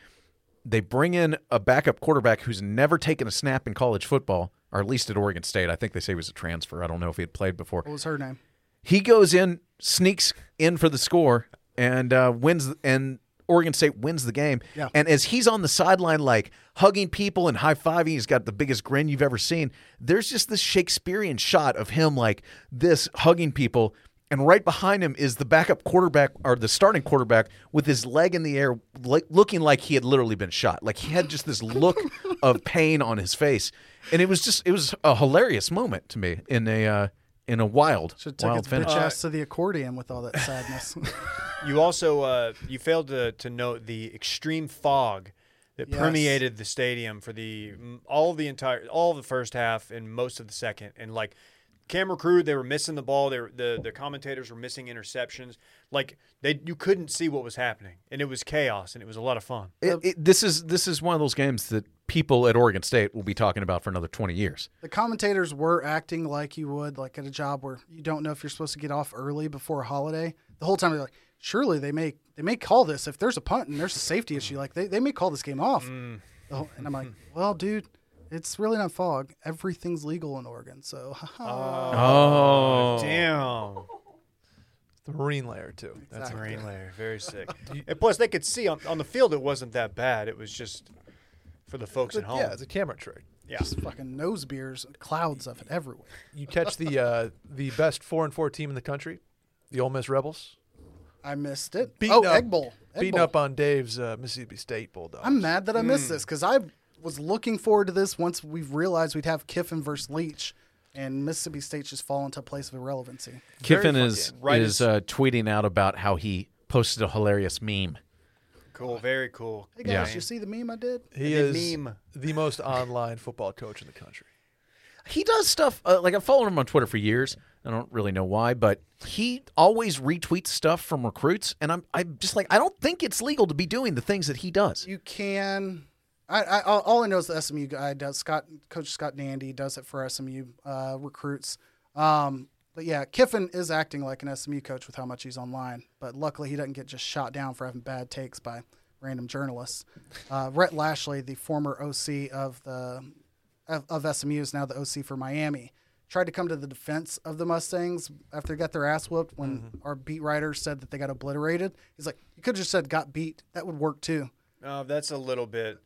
E: They bring in a backup quarterback who's never taken a snap in college football, or at least at Oregon State. I think they say he was a transfer. I don't know if he had played before.
D: What was her name?
E: He goes in, sneaks in for the score, and uh, wins. And Oregon State wins the game.
D: Yeah.
E: And as he's on the sideline, like hugging people and high fiving, he's got the biggest grin you've ever seen. There's just this Shakespearean shot of him like this hugging people. And right behind him is the backup quarterback or the starting quarterback with his leg in the air, like, looking like he had literally been shot. Like he had just this look of pain on his face, and it was just it was a hilarious moment to me in a uh, in a wild
D: Should take
E: wild Uh,
D: its bitch
E: finish.
D: ass to the accordion with all that sadness.
B: You also uh, you failed to, to note the extreme fog that
D: Yes.
B: permeated the stadium for the all the entire all of the first half and most of the second and like camera crew they were missing the ball they were, the the commentators were missing interceptions like they you couldn't see what was happening and it was chaos and it was a lot of fun
E: It, it, this is this is one of those games that people at Oregon State will be talking about for another twenty years.
D: the commentators were acting like you would like at a job where you don't know if you're supposed to get off early before a holiday the whole time they're like surely they may they may call this if there's a punt and there's a safety issue like they, they may call this game off
C: Mm.
D: The whole- and i'm like well dude it's really not fog everything's legal in oregon so
C: Uh,
E: Oh,
B: damn
C: The marine layer too. That's
D: Exactly.
B: Marine layer very sick and plus they could see on, on the field it wasn't that bad it was just for the folks at home
C: yeah, it's a camera trick.
B: Yeah.
D: Just fucking nose beers, clouds of it everywhere.
C: You catch the uh, the best four and four team in the country, the Ole Miss Rebels,
D: I missed it.
C: beating
D: oh,
C: up,
D: Egg Bowl. Egg
C: beating
D: Bowl.
C: up on Dave's uh, Mississippi State Bulldogs.
D: I'm mad that I missed this because I was looking forward to this once we realized we'd have Kiffin versus Leach, and Mississippi State just fall into a place of irrelevancy.
E: Kiffin
C: Very
E: is
B: Right
E: is
B: as-
E: uh, tweeting out about how he posted a hilarious meme.
B: Cool. Very cool.
D: Hey guys, you see the meme I did?
C: He
B: I did
C: is
B: meme.
C: the most online football coach in the country.
E: He does stuff uh, like I've followed him on Twitter for years. I don't really know why, but he always retweets stuff from recruits, and I'm I'm just like I don't think it's legal to be doing the things that he does.
D: You can. I, I all- all I know is the SMU guy does Scott Coach Scott Nandy does it for SMU uh, recruits. Um, but yeah, Kiffin is acting like an SMU coach with how much he's online. But luckily, he doesn't get just shot down for having bad takes by random journalists. Uh, Rhett Lashley, the former OC of the of, of SMU, is now the OC for Miami. Tried to come to the defense of the Mustangs after they got their ass whooped when our beat writer said that they got obliterated. He's like, you could have just said got beat. That would work too
B: Oh, that's a little bit.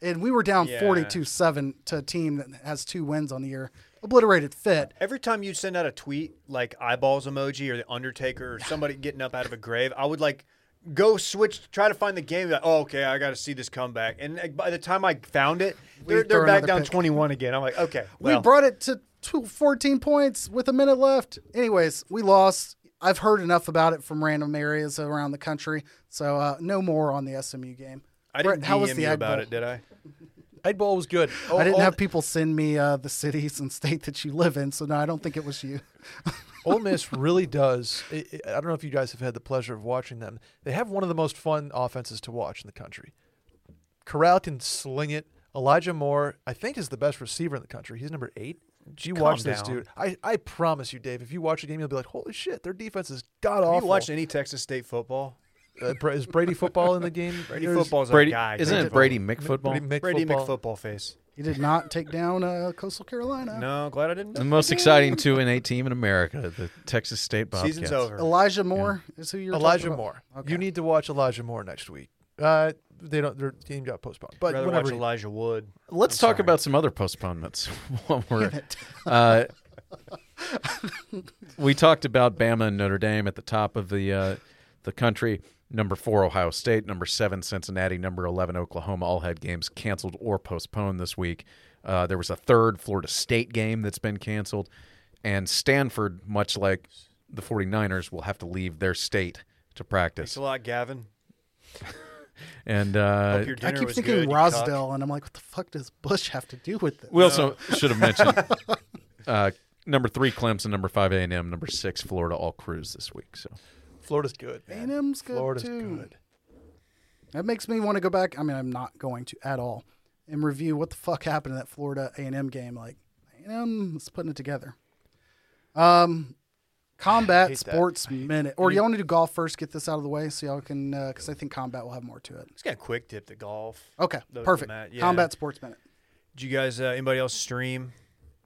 D: and we were down
B: Yeah.
D: 42-7 to a team that has two wins on the year. Obliterated fit.
B: Every time you send out a tweet like eyeballs emoji or the Undertaker or somebody getting up out of a grave, I would like go switch, try to find the game. Like, oh, okay, I got to see this comeback. And like, by the time I found it, they're, they're
D: throw
B: back
D: another
B: down
D: pick.
B: 21 again. I'm like, okay,
D: we
B: well,
D: brought it to two, 14 points with a minute left. Anyways, we lost. I've heard enough about it from random areas around the country, so uh, no more on the SMU game.
B: I didn't
D: Brett, how
B: DM
D: was the
B: you
D: Egg
B: about
D: Bowl?
B: it, did I?
C: Egg Bowl was good. Oh,
D: I didn't
C: Ole-
D: have people send me uh, the cities and state that you live in, so no, I don't think it was you.
C: Ole Miss really does. i i I don't know if you guys have had the pleasure of watching them. They have one of the most fun offenses to watch in the country. Corral can sling it. Elijah Moore, I think, is the best receiver in the country. He's number eight. Did you watch this
B: down.
C: dude? I, I promise you, Dave. If you watch the game, you'll be like, "Holy shit, their defense is god
B: Have
C: awful."
B: you watched any Texas State football?
C: Uh, Bra- is Brady football in the game?
B: Brady
C: There's-
B: football's
E: Brady,
B: a guy.
E: isn't it Brady McFootball?
C: Brady Mick
B: Brady
C: football.
B: McFootball face.
D: He did not take down uh, Coastal Carolina.
B: No, glad I didn't.
E: the most exciting two and eight team in America, the Texas State Bobcats.
B: Season's over.
D: Elijah Moore is who you're
C: Elijah
D: talking about.
C: Moore. You need to watch Elijah Moore next week. Uh, they don't. Their game got postponed. But
B: Rather
C: whenever
B: watch
C: he-
B: Elijah Wood.
E: Let's talk about some other postponements. while we're- uh, we talked about Bama and Notre Dame at the top of the uh, the country. Number four, Ohio State. Number seven, Cincinnati. Number eleven, Oklahoma. All had games canceled or postponed this week. Uh, there was a third Florida State game that's been canceled, and Stanford, much like the 49ers, will have to leave their state to
B: Thanks
E: practice.
B: a lot, Gavin.
E: And uh,
B: Hope your
D: I
B: dinner
D: keep
B: was
D: thinking
B: good, you cuck.
D: Rosdell, and I'm like, what the fuck does Bush have to do with this?
E: We also Uh, should have mentioned uh, number three Clemson, number five A and M, number six Florida, all cruise this week. So
C: Florida's good. man.
D: A&M's good
C: Florida's
D: too.
C: good.
D: That makes me want to go back. I mean, I'm not going to at all, and review what the fuck happened in that Florida A&M game. Like, A&M is putting it together. Um, combat sports minute, or you want to do golf first? Get this out of the way, so y'all can, because I think combat will have more to it.
B: Just got a quick tip to golf.
D: Okay,
B: The- the
D: perfect.
B: mat, yeah.
D: Combat sports minute.
B: Did you guys, uh, anybody else stream,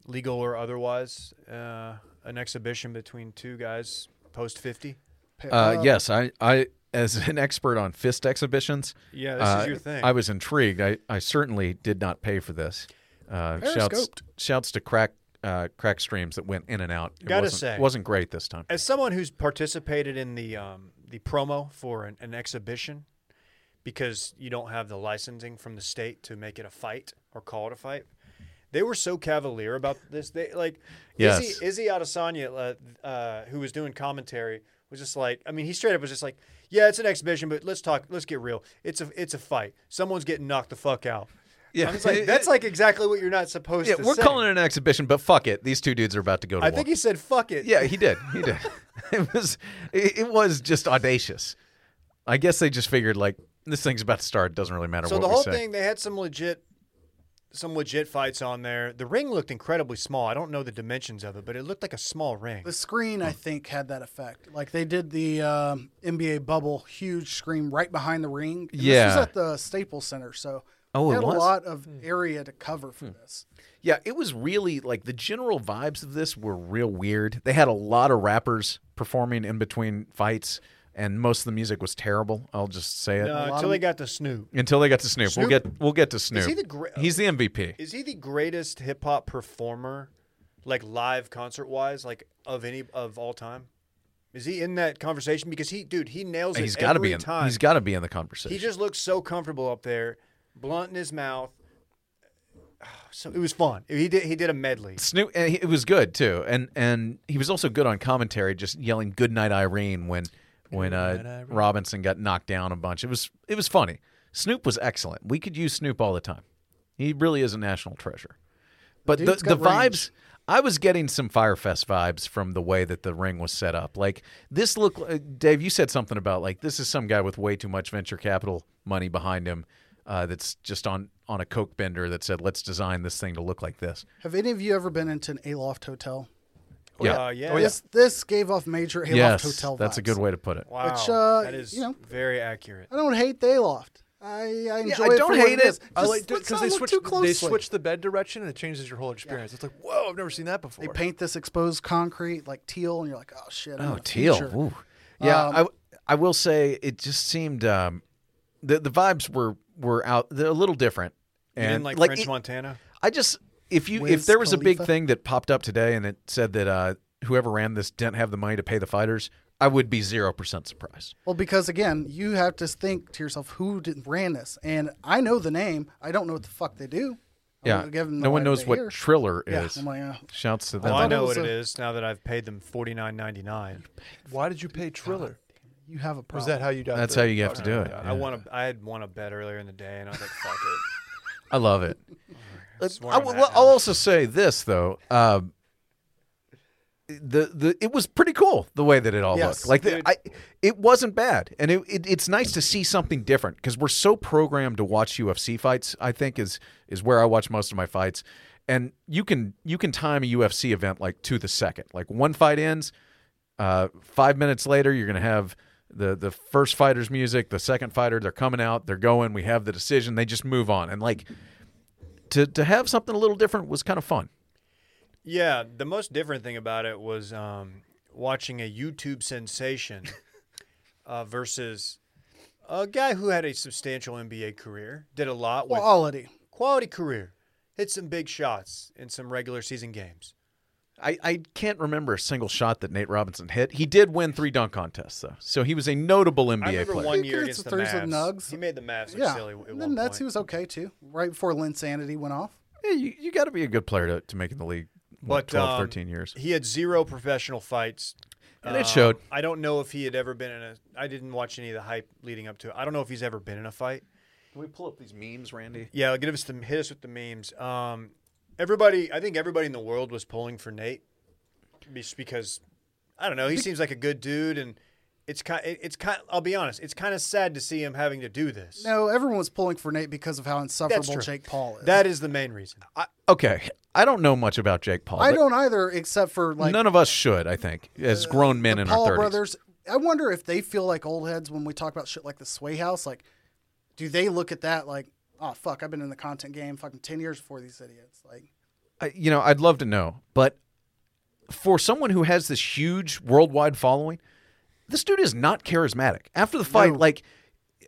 B: legal or otherwise, uh, an exhibition between two guys post 50?
D: Pa-
E: uh, yes, I, I as an expert on fist exhibitions,
B: Yeah, this
E: uh,
B: is your thing.
E: I was intrigued. I, I certainly did not pay for this. Uh, shouts
D: Periscoped.
E: shouts to crack uh, crack streams that went in and out. It
B: Gotta
E: wasn't,
B: say.
E: wasn't great this time.
B: As someone who's participated in the um, the promo for an, an exhibition, because you don't have the licensing from the state to make it a fight or call it a fight, they were so cavalier about this. They like
E: Yes.
B: Izzy, Izzy Adesanya, uh, uh, who was doing commentary, was just like, I mean, he straight up was just like, "Yeah, it's an exhibition, but let's talk. Let's get real. It's a it's a fight. Someone's getting knocked the fuck out." Yeah, like, that's like exactly what you're not supposed
E: Yeah,
B: to.
E: we're
B: say.
E: calling it an exhibition, but fuck it. These two dudes are about to go to
B: I
E: war.
B: think he said, "Fuck it."
E: Yeah, he did. He did. it was it, it was just audacious. I guess they just figured like this thing's about to start. Doesn't really matter.
B: So
E: what
B: the
E: we
B: whole
E: say.
B: thing, they had some legit, some legit fights on there. The ring looked incredibly small. I don't know the dimensions of it, but it looked like a small ring.
D: The screen, I think, had that effect. Like they did the um, NBA bubble, huge screen right behind the ring. And this
E: Yeah.
D: was at the Staples Center, so
E: Oh,
D: they
E: it
D: had
E: was?
D: a lot of area to cover for this.
E: Yeah, it was really like the general vibes of this were real weird. They had a lot of rappers performing in between fights, and most of the music was terrible. I'll just say it.
B: No,
D: lot
B: until
D: of-
B: Uh, they got to Snoop.
E: Until they got to Snoop.
B: Snoop-
E: we'll get we'll get to Snoop.
B: he the gra-
E: He's the MVP.
B: Is he the greatest hip hop performer, like live concert wise, like of any of all time? Is he in that conversation? Because he, dude, he nails it
E: he's got to
B: every
E: be in.
B: time.
E: He's got to be in the conversation.
B: He just looks so comfortable up there, blunt in his mouth. So it was fun. He did. He did a medley.
E: Snoop, and he, it was good too, and and he was also good on commentary, just yelling "Goodnight Irene" when when
C: Goodnight,
E: uh,
C: Irene.
E: Robinson got knocked down a bunch. It was it was funny. Snoop was excellent. We could use Snoop all the time. He really is a national treasure. But the,
D: dude's
E: the
D: got range.
E: vibes, I was getting some Firefest vibes from the way that the ring was set up. Like this look, uh, Dave, you said something about like this is some guy with way too much venture capital money behind him. Uh, that's just on on a coke bender that said, "Let's design this thing to look like this."
D: Have any of you ever been into an Aloft hotel? Oh,
B: Uh,
E: Oh,
B: yeah.
D: This this gave off major Aloft
E: yes,
D: hotel.
E: that's a
D: vibes.
E: good way to put it.
B: Wow.
D: Which, uh,
B: that is
D: you know-
B: very accurate.
D: I don't hate the Aloft. I, I enjoy
E: I
D: it.
E: don't
D: for what
E: hate
D: it.
E: it.
D: is.
E: I
D: Just
E: like-
D: let's
C: because
D: not
C: they
D: look
C: switch
D: too
C: they
D: closely.
C: switch the bed direction and it changes your whole experience. It's like, whoa, I've never seen that before.
D: They paint this exposed concrete like teal, and you're like, oh shit. I'm
E: Oh,
D: in the
E: teal.
D: future.
E: Ooh. Yeah,
D: Um,
E: I I will say it just seemed um, the the vibes were were out. They're a little different.
B: You
E: And
B: didn't like, French
E: it-
B: Montana?
E: I just if you if
D: Wiz
E: there was a big
D: Khalifa?
E: thing that popped up today and it said that uh, whoever ran this didn't have the money to pay the fighters, I would be zero percent surprised.
D: Well, because again, you have to think to yourself, who did, ran this? And I know the name. I don't know what the fuck they do. I'm
E: yeah,
D: gonna give them
E: no
D: the
E: one
D: light
E: knows
D: of
E: what
D: day here.
E: Triller
D: Yeah,
E: is.
D: I'm like, uh,
E: Shouts to them.
B: Well, I
D: thought it
B: know
D: was
B: what it
D: a-
B: is now that I've paid them forty nine ninety nine.
C: Why did you pay Triller?
D: you have a
C: Was
D: problem.
C: that how you got?
E: That's
C: the-
E: how you have to do it.
B: Oh, I
E: yeah.
B: want to. I had won a bet earlier in the day, and I was like, "Fuck it."
E: I love it.
B: swear
E: I,
B: on
E: will
B: that
E: I'll
B: now.
E: also say this though. Um, the the it was pretty cool the way that it all
D: Yes,
E: looked. Like the, I, it wasn't bad, and it, it it's nice to see something different because we're so programmed to watch UFC fights. I think is is where I watch most of my fights, and you can you can time a UFC event like to the second. Like one fight ends, uh, five minutes later, you're going to have the the first fighter's music, the second fighter, they're coming out, they're going. We have the decision. They just move on, and like to to have something a little different was kind of fun.
B: Yeah, the most different thing about it was um, watching a YouTube sensation uh, versus a guy who had a substantial NBA career, did a lot with
D: quality?
B: quality career, hit some big shots in some regular season games.
E: I, I can't remember a single shot that Nate Robinson hit. He did win three dunk contests though, so he was a notable
B: I
E: NBA
B: remember
E: player.
B: one
D: He
B: year
D: created
B: against the
D: some threes
B: Mavs.
D: with Nugs.
B: He made the Mavs look
D: Yeah.
B: silly. At
D: and
B: one
D: then that's he
B: point.
D: was okay too. Right before Linsanity went off.
E: Yeah, you you got to be a good player to, to make it in the league. What,
B: but
E: 12,
B: um,
E: 13 years,
B: He had zero professional fights.
E: and
B: Um,
E: it showed.
B: I don't know if he had ever been in a. I didn't watch any of the hype leading up to it. I don't know if he's ever been in a fight.
E: Can we pull up these memes, Randy?
B: Yeah, give us the hit us with the memes. Um, everybody, I think everybody in the world was pulling for Nate, just because I don't know. He seems like a good dude, and it's kind. It's kind. I'll be honest. It's kind of sad to see him having to do this.
D: No, everyone was pulling for Nate because of how insufferable
B: true.
D: Jake Paul is.
B: That is the main reason.
E: I, okay, I don't know much about Jake Paul.
D: I
E: but
D: don't either, except for like
E: none of us should. I think as grown men in
D: Paul
E: our 30s.
D: brothers. I wonder if they feel like old heads when we talk about shit like the Sway House. Like, do they look at that like, oh fuck, I've been in the content game fucking ten years before these idiots? Like,
E: I, you know, I'd love to know, but for someone who has this huge worldwide following, this dude is not charismatic. After the fight, like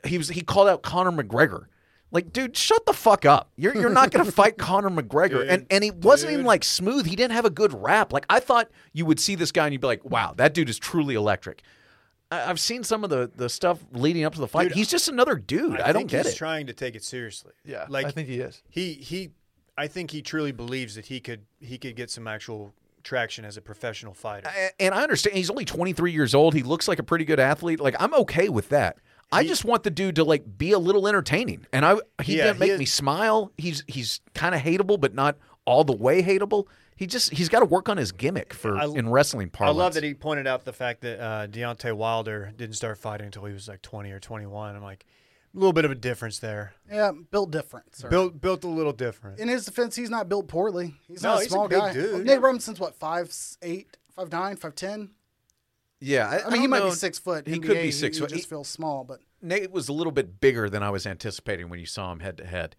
E: he was, he called out Conor McGregor. Like, dude, shut the fuck up. You're you're not gonna fight Conor McGregor. and and he wasn't even like smooth. He didn't have a good rap. Like I thought you would see this guy and you'd be like, wow, that dude is truly electric. I, I've seen some of the the stuff leading up to the fight. he's just another dude. I, don't
B: think
E: get
B: he's
E: it.
B: Trying to take it seriously.
C: Yeah,
B: like
C: I think he is.
B: he he. I think he truly believes that he could he could get some actual traction as a professional fighter.
E: A- and I understand he's only 23 years old. He looks like a pretty good athlete. Like I'm okay with that. I just want the dude to like be a little entertaining, and I he
B: Yeah,
E: didn't make
B: he is-
E: me smile. He's he's kind of hateable, but not all the way hateable. He just he's got to work on his gimmick for
B: I-
E: in wrestling
B: I
E: parlance.
B: love that he pointed out the fact that uh, Deontay Wilder didn't start fighting until he was like 20 or 21. I'm like, a little bit of a difference there.
D: yeah, built different. sir.
B: Built built a little different.
D: in his defense, he's not built poorly. He's
B: No,
D: not a
B: he's a
D: small
B: big
D: guy.
B: dude.
D: Nate Robinson's what five eight, five nine, five ten.
E: yeah, I,
D: I mean, he might be six foot.
E: He
D: NBA,
E: could be six
D: he,
E: foot.
D: He just feels small, but
E: Nate was a little bit bigger than I was anticipating when you saw him head to head,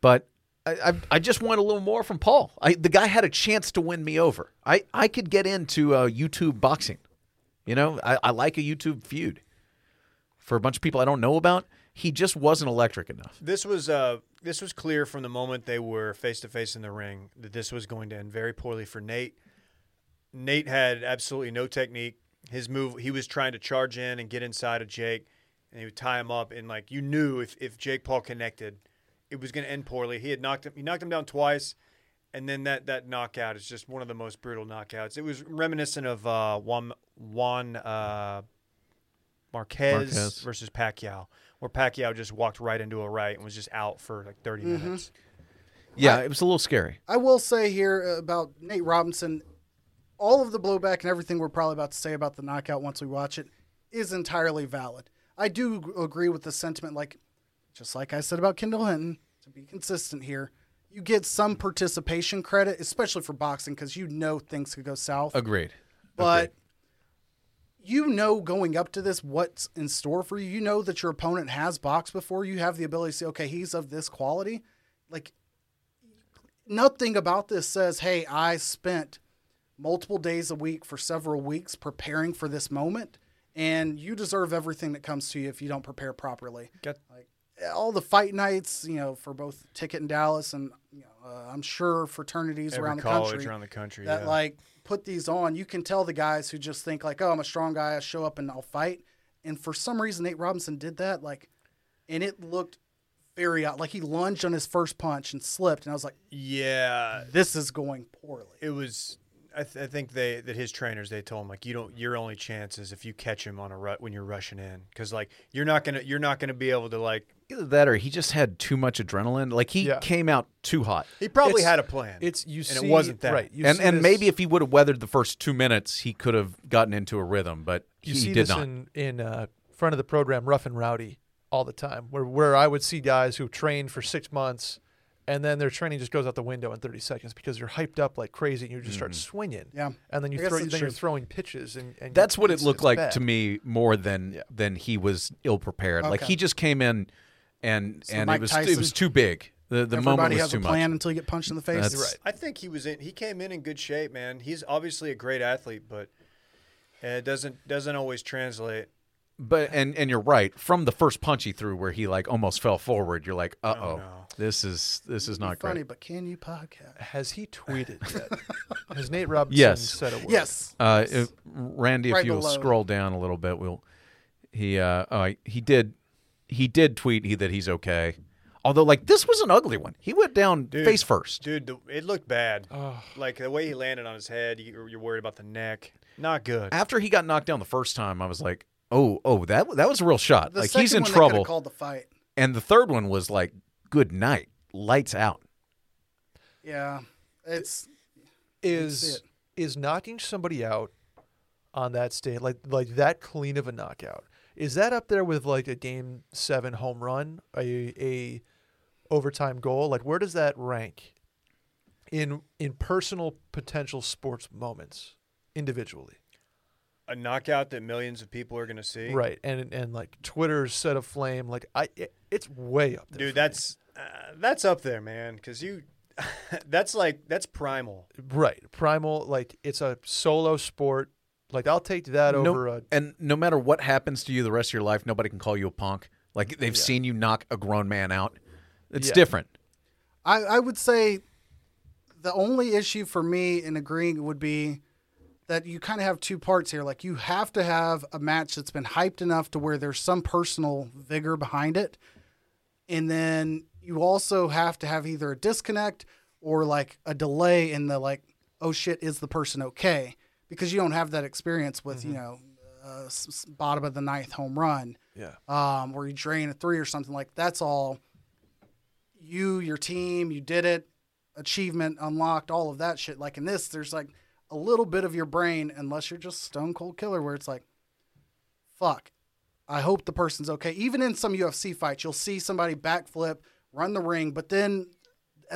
E: but I, I, I just want a little more from Paul. I, the guy had a chance to win me over. I, I could get into uh, YouTube boxing, you know. I, I like a YouTube feud. for a bunch of people I don't know about. He just wasn't electric enough.
B: This was uh, this was clear from the moment they were face to face in the ring that this was going to end very poorly for Nate. Nate had absolutely no technique. His move, he was trying to charge in and get inside of Jake, and he would tie him up. And like you knew, if if Jake Paul connected, it was going to end poorly. He had knocked him, he knocked him down twice, and then that that knockout is just one of the most brutal knockouts. It was reminiscent of uh, Juan Juan uh, Marquez,
E: Marquez.
B: versus Pacquiao, where Pacquiao just walked right into a right and was just out for like 30
D: Mm-hmm.
B: minutes.
E: Yeah, it was a little scary.
D: I will say here about Nate Robinson, all of the blowback and everything we're probably about to say about the knockout once we watch it is entirely valid. I do g- agree with the sentiment, like just like I said about Kendall Hinton, to be consistent here, you get some participation credit, especially for boxing, because you know things could go south.
E: Agreed.
D: but you know going up to this what's in store for you. You know that your opponent has boxed before. You have the ability to say, okay, he's of this quality. Like nothing about this says, hey, I spent multiple days a week for several weeks preparing for this moment, and you deserve everything that comes to you if you don't prepare properly.
B: Got-
D: like all the fight nights, you know, for both Ticket in Dallas and you know, uh, I'm sure fraternities
B: Every
D: around the
B: college
D: country
B: around the country.
D: that
B: yeah.
D: like put these on, you can tell the guys who just think like, "Oh, I'm a strong guy. I show up and I'll fight." And for some reason, Nate Robinson did that. Like, and it looked very out. Like he lunged on his first punch and slipped, and I was like,
B: yeah,
D: "This is going poorly."
B: it was. I, th- I think they that his trainers they told him like you don't your only chance is if you catch him on a rut when you're rushing in because like you're not gonna you're not gonna be able to like
E: Either that or he just had too much adrenaline. Like he
C: Yeah.
E: came out too hot.
B: he probably
C: It's-
B: had a plan.
C: It's you
B: and
C: see
B: it wasn't that
C: right. You
E: and
C: see
E: and
C: this-
E: maybe if he would have weathered the first two minutes, he could have gotten into a rhythm, but
C: you
E: he
C: see
E: did
C: this
E: not.
C: in in uh, front of the program rough and rowdy all the time where where I would see guys who trained for six months and then their training just goes out the window in 30 seconds because you're hyped up like crazy and you just
E: Mm-hmm.
C: start swinging
D: Yeah.
C: and then you
D: I guess
C: throw
D: that's
C: then you're
D: true.
C: throwing pitches and, and
E: That's what it
C: it's-
E: looked
C: it's
E: like
C: bad.
E: to me more than than he was ill prepared. Like
D: Okay.
E: he just came in and and
D: Mike
E: it was
D: Tyson-
E: it was too big. The the moment
D: Everybody
E: was
D: has
E: too
D: a plan
E: much.
D: until you get punched in the face.
E: That's right.
B: I think he was in. He came in in good shape, man. He's obviously a great athlete, but eh, it doesn't doesn't always translate.
E: But and and you're right. From the first punch he threw where he like almost fell forward, you're like, "Uh-oh.
B: no.
E: This is this is not
D: Oh, Funny,
E: great."
D: but can you podcast?
C: has he tweeted yet has Nate Robinson
E: Yes.
C: said a word
D: Yes.
E: Uh, if, Randy, if
D: Right
E: you'll
D: below.
E: scroll down a little bit, we'll. He uh, oh, he did, he did tweet he, that he's okay. Although, like this was an ugly one. He went down face first.
B: dude. The, it looked bad. Like the way he landed on his head. You, you're worried about the neck. Not good.
E: After he got knocked down the first time, I was like, oh, oh, that that was a real shot.
D: The
E: like
D: second
E: he's in
D: one, they coulda
E: trouble.
D: Called the fight.
E: and the third one was like, good night, lights out.
D: Yeah, it's
C: is
D: it.
C: is knocking somebody out on that stage like like that clean of a knockout is that up there with like a game seven home run a a overtime goal like where does that rank in in personal potential sports moments individually
B: A knockout that millions of people are gonna see.
C: right and and like twitter's set aflame like i it, it's way up there
B: dude.
C: for me.
B: That's uh, that's up there, man. Because you, that's like that's primal.
C: right primal like it's a solo sport like i'll take that
E: No-
C: over a
E: and no matter what happens to you the rest of your life, nobody can call you a punk. Like they've seen you knock a grown man out. It's
C: Yeah.
E: different.
D: I, I would say the only issue for me in agreeing would be that you kind of have two parts here. Like you have to have a match that's been hyped enough to where there's some personal vigor behind it. And then you also have to have either a disconnect or like a delay in the like, oh shit, is the person okay? Because you don't have that experience with, you know, uh, s- s- bottom of the ninth home run
C: yeah
D: um, where you drain a three or something like that's all you your team you did it achievement unlocked all of that shit like in this there's like a little bit of your brain unless you're just stone cold killer where it's like fuck i hope the person's okay even in some ufc fights you'll see somebody backflip run the ring but then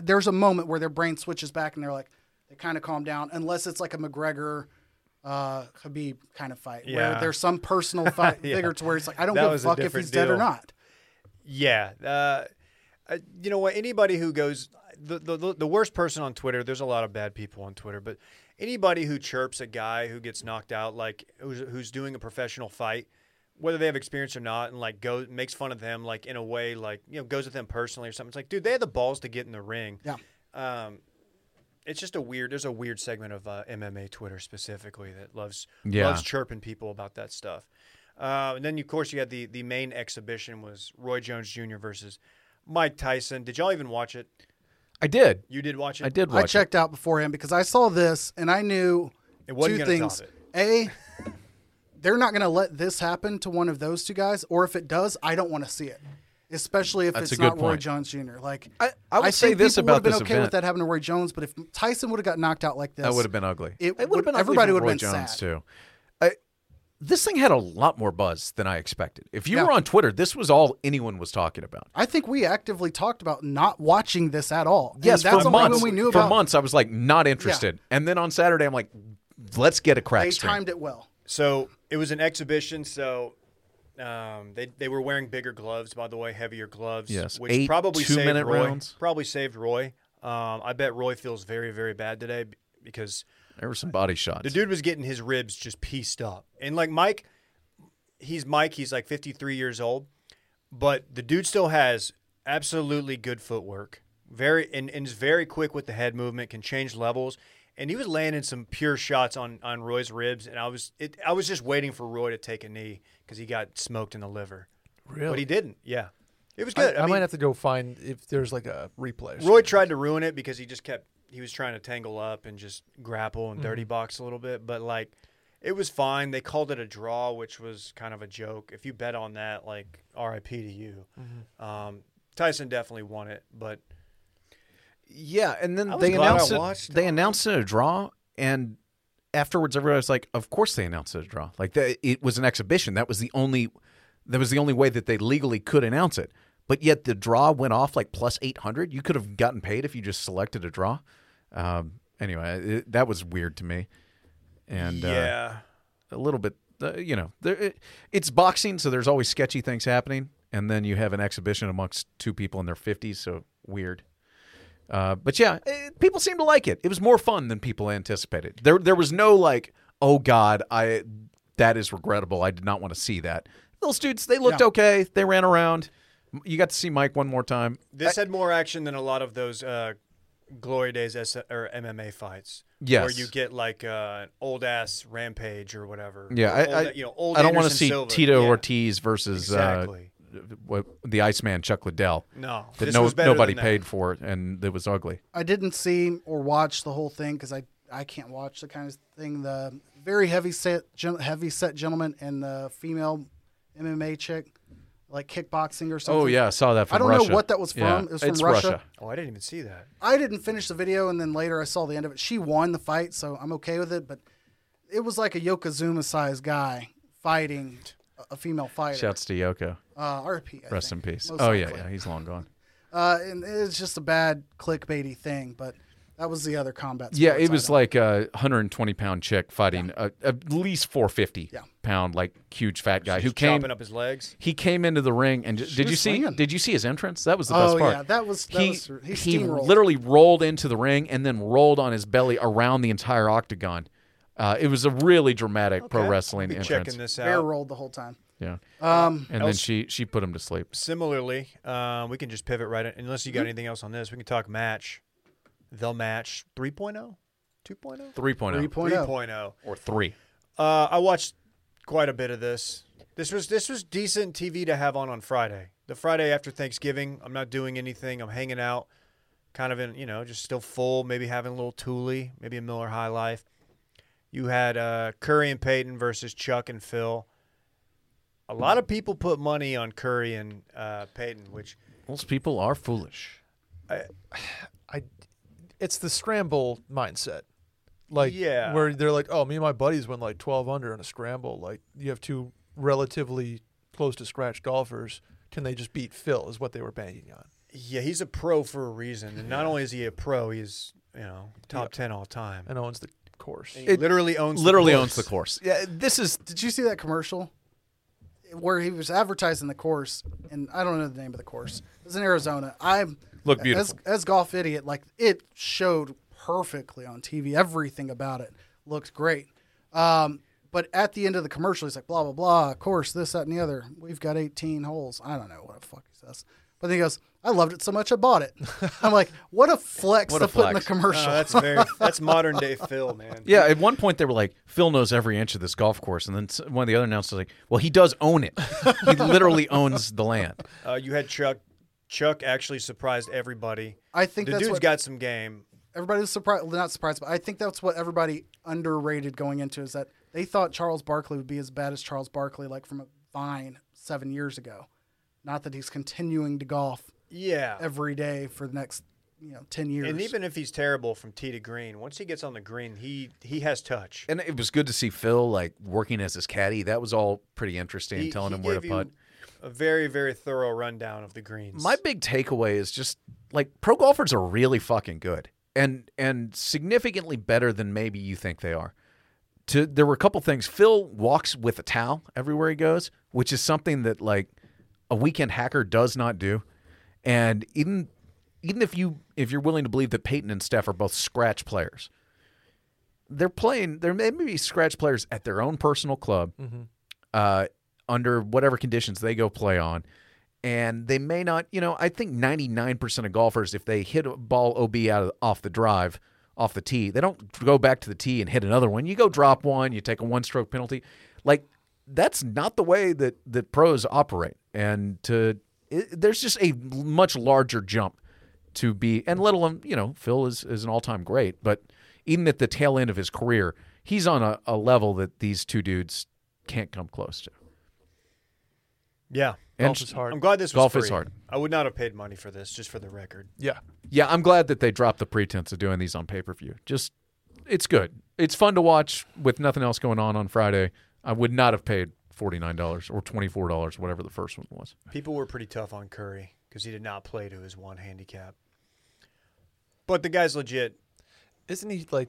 D: there's a moment where their brain switches back and they're like they kind of calm down unless it's like a mcgregor uh, Khabib kind of fight
B: Yeah.
D: where there's some personal fight
B: Yeah.
D: figure to where it's like I don't
B: That
D: give a
B: was a
D: fuck if
B: different
D: he's dead or
B: deal.
D: not.
B: Yeah. Uh, I- you know what? Anybody who goes, the, the, the- the worst person on Twitter, there's a lot of bad people on Twitter, but anybody who chirps a guy who gets knocked out, like who's, who's doing a professional fight, whether they have experience or not, and like goes makes fun of them like in a way like you know goes at them personally or something. It's like, dude, they had the balls to get in the ring.
D: Yeah.
B: Um, it's just a weird. There's a weird segment of uh, MMA Twitter specifically that loves
E: Yeah.
B: loves chirping people about that stuff. Uh, and then of course you had the the main exhibition was Roy Jones Jr. versus Mike Tyson. Did y'all even watch it?
E: I did.
B: You did watch it.
E: I did watch
D: I checked out beforehand because I saw this and I knew
B: It wasn't
D: two
B: gonna
D: things.
B: top it.
D: A, they're not going to let this happen to one of those two guys, or if it does, I don't want to see it. Especially if it's
E: That's a good
D: not Roy
E: point.
D: Jones Jr. Like
E: I- I would say
D: think
E: this
D: people
E: about
D: would've been
E: this
D: okay
E: event.
D: with that happening to Roy Jones, but if Tyson would have got knocked out like this,
E: That would have been ugly.
D: It
E: would've
D: would-
E: ugly
D: everybody
E: for
D: would've
E: Roy
D: been
E: Jones
D: sad.
E: too. I, this thing had a lot more buzz than I expected. If you
D: Yeah.
E: were on Twitter, this was all anyone was talking about.
D: I think we actively talked about not watching this at all. And
E: Yes,
D: that's
E: for
D: only
E: months.
D: when we knew
E: for
D: about.
E: months, I was like not interested, and then on Saturday, I'm like, let's get a
D: They
E: crack stream.
D: timed it well.
B: So it was an exhibition. So um, they they were wearing bigger gloves, by the way, heavier gloves.
E: Yes.
B: which
E: Eight
B: probably saved
E: two-minute
B: Roy.
E: rounds.
B: Probably saved Roy. Um, I bet Roy feels very very bad today b- because
E: There were some body shots.
B: the dude was getting his ribs just pieced up, and like Mike, he's Mike. He's like 53 years old, but the dude still has absolutely good footwork. Very and, and is very quick with the head movement. Can change levels. And he was landing some pure shots on, on Roy's ribs, and I was it, I was just waiting for Roy to take a knee because he got smoked in the liver.
C: Really?
B: But he didn't. Yeah, it was
C: I,
B: good.
C: I
B: I, mean,
C: might have to go find if there's like a replay. or
B: Roy tried to ruin it because he just kept he was trying to tangle up and just grapple and
E: Mm-hmm.
B: dirty box a little bit, but like it was fine. They called it a draw, which was kind of a joke. If you bet on that, like R.I.P. to you.
E: Mm-hmm.
B: Um, Tyson definitely won it, but
E: Yeah, and then
B: I was
E: they
B: glad I
E: announced
B: watched
E: it. They announced it a draw, and afterwards, everybody was like, "Of course, they announced it a draw." Like the, it was an exhibition. That was the only. That was the only way that they legally could announce it. But yet the draw went off like plus eight hundred. You could have gotten paid if you just selected a draw. Um, anyway, it, that was weird to me, and uh,
B: yeah,
E: a little bit. Uh, you know, there, it, it's boxing, so there's always sketchy things happening. And then you have an exhibition amongst two people in their fifties, so weird. Uh, but yeah, eh, people seem to like it. It was more fun than people anticipated. There, there was no like, oh God, I that is regrettable. I did not want to see that. Those dudes, they looked okay. They ran around. M- You got to see Mike one more time.
B: this had more action than a lot of those uh, glory days S- or MMA fights. where
E: Yes.
B: you get like uh, an old ass rampage or whatever.
E: Yeah,
B: Or
E: I,
B: old-
E: I,
B: you know, old
E: I don't
B: want
E: wanna
B: to
E: see Tito
B: yeah.
E: Ortiz versus
B: Exactly.
E: uh, what, the Iceman Chuck Liddell.
B: No,
E: that
B: this
E: no,
B: was better
E: nobody
B: than that.
E: paid for it, and it was ugly.
D: I didn't see or watch the whole thing because I I can't watch the kind of thing the very heavy set gen, heavy set gentleman and the female MMA chick like kickboxing or something.
E: Oh yeah, I saw that. From
D: I don't know
E: Russia.
D: what that was from.
E: Yeah,
D: It was from
E: it's
D: Russia.
B: Oh, I didn't even see that.
D: I didn't finish the video, and then later I saw the end of it. She won the fight, so I'm okay with it. But it was like a Yokozuna sized guy fighting a- a female fighter.
E: Shouts to Yoko.
D: Uh, RP. I
E: Rest in
D: think,
E: peace.
D: most
E: Oh yeah,
D: likely.
E: yeah, he's long gone.
D: Uh, and it's just a bad clickbaity thing, but that was the other combat.
E: Yeah,
D: sports
E: it was
D: item.
E: like a 120 pound chick fighting a, at least 450
D: Yeah.
E: pound like huge fat guy who
B: Just
E: came
B: chopping up his legs.
E: He came into the ring and j- did
D: was
E: you see?
D: swinging.
E: Did you see his entrance? That was the
D: Oh,
E: best part.
D: yeah, that was- that
E: he
D: was- he
E: he
D: steamrolled.
E: literally rolled into the ring and then rolled on his belly around the entire octagon. Uh, it was a really dramatic pro wrestling
B: be
E: entrance.
B: checking this
D: bear
B: out.
D: rolled the whole time.
E: Yeah,
D: Um,
E: and then she she put him to sleep.
B: Similarly, uh, we can just pivot right in. Unless you got anything else on this, we can talk match. The match oh, 3.0, 2.0,
E: 3.0
D: 3.0.
B: 3.0.
E: or oh. three.
B: Uh, I watched quite a bit of this. This was this was decent TV to have on on Friday. The Friday after Thanksgiving, I'm not doing anything. I'm hanging out, kind of in you know just still full. Maybe having a little Thule, maybe a Miller High Life. You had uh, Curry and Peyton versus Chuck and Phil. A lot of people put money on Curry and uh, Peyton, which
E: Most people are foolish.
C: I, it's the scramble mindset. Like
B: Yeah.
C: where they're like, oh, me and my buddies went like 12 under in a scramble. Like you have two relatively close to scratch golfers. Can they just beat Phil? Is what they were banking on.
B: Yeah, he's a pro for a reason. And not only is he a pro, he's you know top ten all time.
C: And owns the course.
B: He literally owns
E: Literally
B: the
E: owns the course.
C: yeah, this is
D: Did you see that commercial where he was advertising the course? And I don't know the name of the course. It was in Arizona. I'm
E: Looked beautiful.
D: As, as golf idiot, like it showed perfectly on TV. Everything about it looked great. Um, But at the end of the commercial, he's like, blah, blah, blah, of course, this, that, and the other. We've got 18 holes. I don't know what the fuck he says. But then he goes, I loved it so much I bought it. I'm like, what a flex
E: What
D: to
E: a
D: put in the
E: flex.
D: commercial.
B: No, Oh, that's very that's modern day Phil, man.
E: Yeah, at one point they were like, Phil knows every inch of this golf course. And then s- one of the other announcers was like, well, he does own it. he literally owns the land.
B: Uh, you had Chuck. Chuck actually surprised everybody.
D: I think
B: the
D: that's
B: dude's
D: what-
B: got some game.
D: everybody was surprised well, not surprised but i think that's what everybody underrated going into is that they thought charles barkley would be as bad as charles barkley like from a vine seven years ago not that he's continuing to golf
B: Yeah,
D: every day for the next you know 10 years
B: and even if he's terrible from tee to green, once he gets on the green, he he has touch.
E: And it was good to see Phil like working as his caddy. That was all pretty interesting,
B: He-
E: telling
B: he
E: him where to
B: gave you
E: putt.
B: A very very thorough rundown of the greens.
E: My big takeaway is just like pro golfers are really fucking good and and significantly better than maybe you think they are. To there were a couple things. Phil walks with a towel everywhere he goes, which is something that like a weekend hacker does not do. And even even if you if you're willing to believe that Peyton and Steph are both scratch players, they're playing. They're maybe scratch players at their own personal club, uh, under whatever conditions they go play on, and they may not. You know, I think ninety nine percent of golfers, if they hit a ball ob out of, off the drive, off the tee, they don't go back to the tee and hit another one. You go drop one, you take a one stroke penalty, like that's not the way that that pros operate. And to it, there's just a much larger jump to be and let alone you know phil is, is an all-time great but even at the tail end of his career he's on a, a level that these two dudes can't come close to
B: yeah,
E: and
C: Golf is hard.
B: I'm glad this was
E: Golf
B: free.
E: is hard.
B: I would not have paid money for this, just for the record.
C: Yeah.
E: yeah i'm glad that they dropped the pretense of doing these on pay-per-view just it's good it's fun to watch with nothing else going on on friday i would not have paid $49 or $24 whatever the first one was
B: People were pretty tough on Curry because he did not play to his one handicap. But the guy's legit.
C: Isn't he like?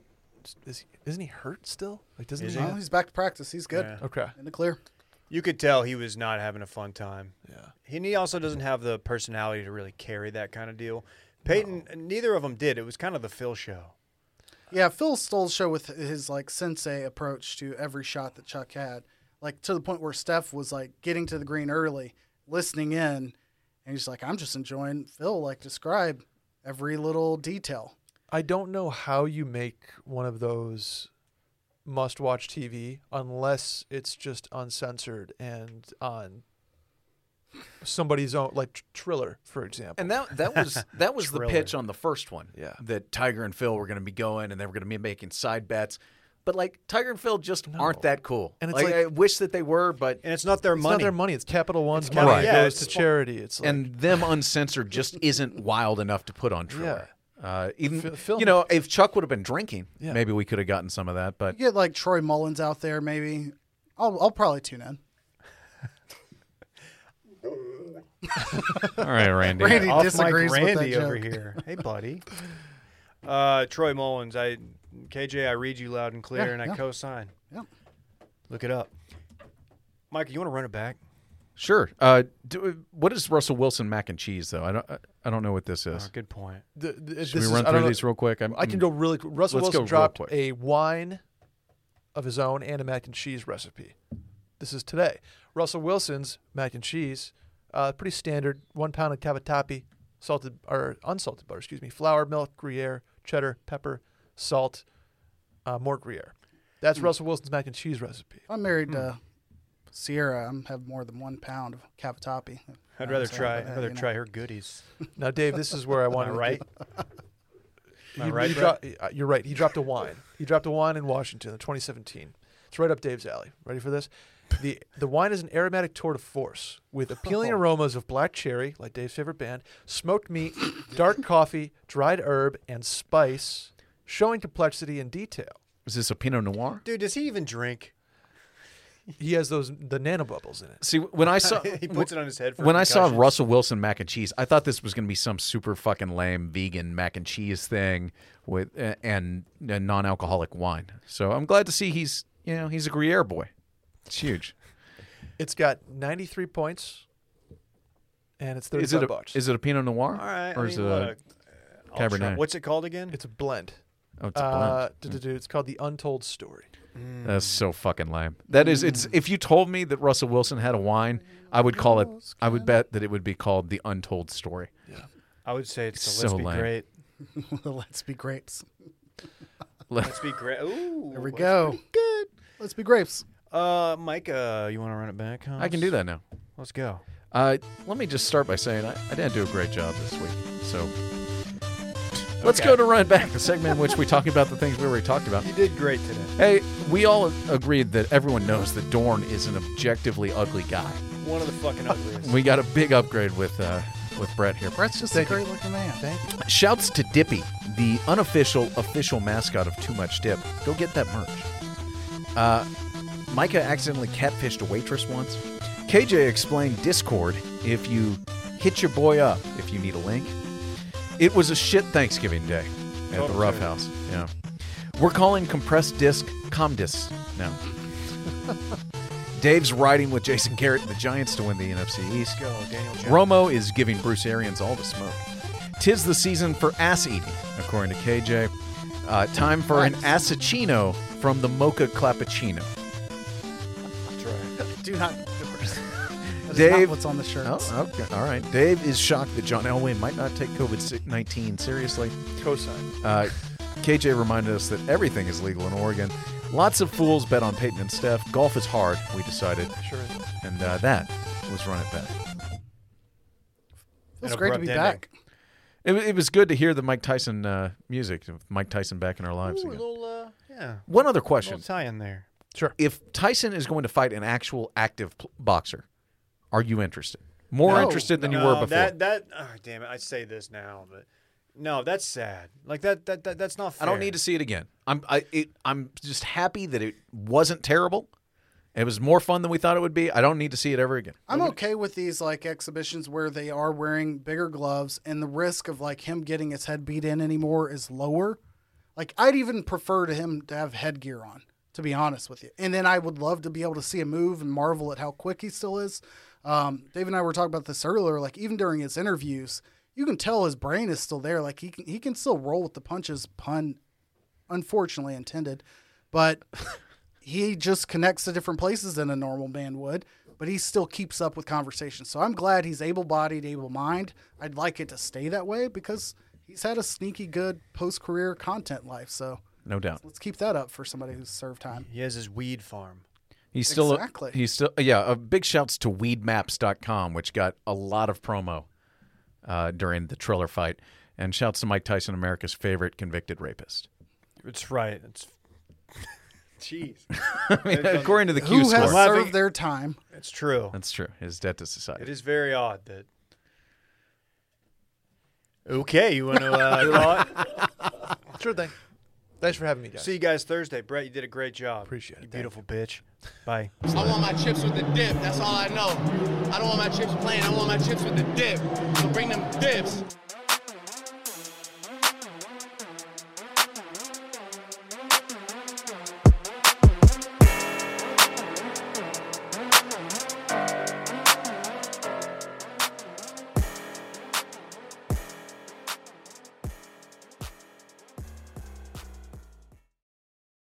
C: Is he, isn't he hurt still? Like doesn't
B: Is
C: he?
B: he?
D: No, he's back to practice he's good
B: Yeah.
C: Okay.
D: in the clear
B: You could tell he was not having a fun time.
C: Yeah.
B: And he also doesn't have the personality to really carry that kind of deal. Peyton, neither of them did. It was kind of the Phil show.
D: yeah phil stole the show with his like sensei approach to every shot that chuck had like to the point where steph was like getting to the green early listening in and he's like i'm just enjoying phil like describe every little detail
C: I don't know how you make one of those must-watch TV unless it's just uncensored and on somebody's own, like Tr- Triller, for example.
E: And that that was that was the
B: Thriller.
E: pitch on the first one.
C: Yeah.
E: That Tiger and Phil were going to be going and they were going to be making side bets. But like Tiger and Phil just aren't that cool.
C: And it's
E: like,
C: like-
E: I wish that they were, but
B: And it's not their
C: it's
B: money.
C: not their money. It's Capital One's
B: Capital-
C: money.
E: Right.
C: It
B: yeah,
C: goes
B: it's-
C: to charity. It's like,
E: and them uncensored just isn't wild enough to put on Triller. Uh, even
C: Phil- Phil-
E: you know, if Chuck would have been drinking,
C: Yeah.
E: maybe we could have gotten some of that. But
D: You get like Troy Mullins out there, maybe. I'll, I'll probably tune in.
E: all right, Randy.
D: Randy
B: Off mic
D: disagrees with
B: Randy
D: that
B: over
D: joke.
B: here. Hey, buddy. Uh, Troy Mullins, I KJ, I read you loud and clear,
D: Yeah,
B: and
D: yeah.
B: I co-sign.
D: Yeah.
B: Look it up, Mike. You want to run it back?
E: Sure. Uh, do, what is Russell Wilson mac and cheese though? I don't I, I don't know what this
B: Oh,
E: is.
B: good point.
C: th- th- Uh, this
E: Should we
C: is-
E: run
C: I
E: through
C: don't know-
E: these real quick? I'm,
C: I can
E: I'm-
C: go really. qu- Russell
E: Mm. Let's go
C: Wilson
E: real
C: dropped
E: quick.
C: a wine of his own and a mac and cheese recipe. This is today. Russell Wilson's mac and cheese, uh, pretty standard. One pound of cavatappi, salted or unsalted butter, excuse me, flour, milk, Gruyere, cheddar, pepper, salt, uh, more Gruyere.
E: Mm.
C: That's Russell Wilson's mac and cheese recipe.
D: If I'm married
B: Hmm.
D: to Sierra. I'm have more than one pound of cavatappi.
B: I'd rather
D: I'm saying,
B: try.
D: but,
B: I'd
D: uh,
B: rather
D: you know.
B: try her goodies.
C: Now, Dave, this is where I
B: Am I
C: wanted to
B: right?
C: You,
B: Am I right,
C: you
B: Brett?
C: dro- uh, you're right. He dropped a wine. He dropped a wine in Washington in 2017. It's right up Dave's alley. Ready for this? The the wine is an aromatic tour de force with appealing
B: Oh.
C: aromas of black cherry, like Dave's favorite band, smoked meat, dark coffee, dried herb, and spice, showing complexity and detail.
E: Is this a Pinot Noir?
B: Dude, does he even drink?
C: He has those the nanobubbles in it.
E: See, when I saw
B: He puts it on his head. For
E: when I saw
B: concussions.
E: Russell Wilson mac and cheese, I thought this was going to be some super fucking lame vegan mac and cheese thing with uh, and, and non-alcoholic wine. So I'm glad to see he's you know he's a Gruyere boy. It's huge.
C: It's got 93 points, and it's 35
E: is it a,
C: bucks.
E: is it a Pinot Noir
B: all right,
E: or
B: I
E: is
B: mean,
E: it a,
B: look, I'll try-
E: Cabernet?
B: What's it called again?
C: it's a blend.
E: oh it's a blend.
C: Uh, duh, duh, duh, it's called the Untold Story.
E: That's
B: hmm.
E: so fucking lame. That is, it's. If you told me that Russell Wilson had a wine, I would call it. I would bet that it would be called the Untold Story.
B: I would say it's the
E: So
B: Let's Be
E: lame.
B: Great.
D: Let's be grapes.
B: Let's Be Great. Ooh.
D: There we go. Good. Let's be grapes.
B: Uh, Mike, uh, you want to run it back? Huh?
E: I can do that now.
B: Let's go.
E: Uh, let me just start by saying I, I didn't do a great job this week. So let's
B: Okay.
E: go to Run Back, the segment in which we talk about the things we already talked about.
B: You did great today.
E: Hey, we all agreed that everyone knows that Dorn is an objectively ugly guy.
B: One of the fucking ugliest.
E: We got a big upgrade with uh, with Brett here.
D: Brett's just
E: Thank
D: a
E: you.
D: great looking man.
E: Shouts to Dippy, the unofficial official mascot of Too Much Dip. Go get that merch. Uh, Micah accidentally catfished a waitress once. KJ explained Discord if you hit your boy up if you need a link. It was a shit Thanksgiving day at the
B: Totally.
E: Rough House. Yeah. We're calling compressed disc Comdis now. Dave's riding with Jason Garrett and the Giants to win the NFC East.
B: Go, Daniel Jones.
E: Romo is giving Bruce Arians all the smoke. Tis the season for ass eating, according to KJ. Uh, time for an assaccino from the Mocha Clappuccino.
B: That's right.
D: Do not endorse. That is
E: Dave-
D: not what's on the shirts.
E: Oh, okay. All right. Dave is shocked that John Elway might not take COVID 19 seriously.
B: Cosine.
E: Uh, KJ reminded us that everything is legal in Oregon. Lots of fools bet on Peyton and Steph. Golf is hard, we decided.
C: Sure is.
E: And uh, that was Run It Back.
D: It's
B: An
D: great to
B: abrupt
D: be
B: ending.
D: back.
E: It, it was good to hear the Mike Tyson uh, music, Mike Tyson back in our lives
B: Ooh, a
E: again.
B: little, uh, yeah.
E: One other
B: A little
E: question.
B: tie in there.
E: if Tyson is going to fight an actual active pl- boxer, are you interested? More
D: No.
E: interested than you
B: No,
E: were before.
B: That that oh, damn it! I say this now, but no, that's sad. Like that that, that that's not.
E: I
B: Fair.
E: don't need to see it again. I'm I it, I'm just happy that it wasn't terrible. It was more fun than we thought it would be. I don't need to see it ever again.
D: I'm okay with these like exhibitions where they are wearing bigger gloves and the risk of like him getting his head beat in anymore is lower. Like I'd even prefer to him to have headgear on, to be honest with you. And then I would love to be able to see him move and marvel at how quick he still is. Um, Dave and I were talking about this earlier. Like even during his interviews, you can tell his brain is still there. Like he can, he can still roll with the punches. Pun, unfortunately intended, but he just connects to different places than a normal man would, but he still keeps up with conversation. So I'm glad he's able bodied, able mind. I'd like it to stay that way because he's had a sneaky good post career content life. So
E: No doubt.
D: let's keep that up for somebody who's served time.
B: He has his weed farm.
E: He's still
D: Exactly.
E: he's still yeah, uh, big shouts to weedmaps.com which got a lot of promo uh, during the Triller fight and shouts to Mike Tyson America's favorite convicted rapist.
B: It's right. It's jeez.
E: I mean, according to the Q
D: Who has
E: score.
D: served their time?
B: It's true.
E: That's true. His debt to society.
B: It is very odd that. Okay, you want to uh, call it?
C: Sure thing. Thanks for having me, guys.
B: See you guys Thursday, Brett. You did a great job.
C: Appreciate it.
B: You
C: Thank
B: beautiful bitch. Bye.
G: I want my chips with the dip. That's all I know. I don't want my chips plain. I want my chips with the dip. So bring them dips.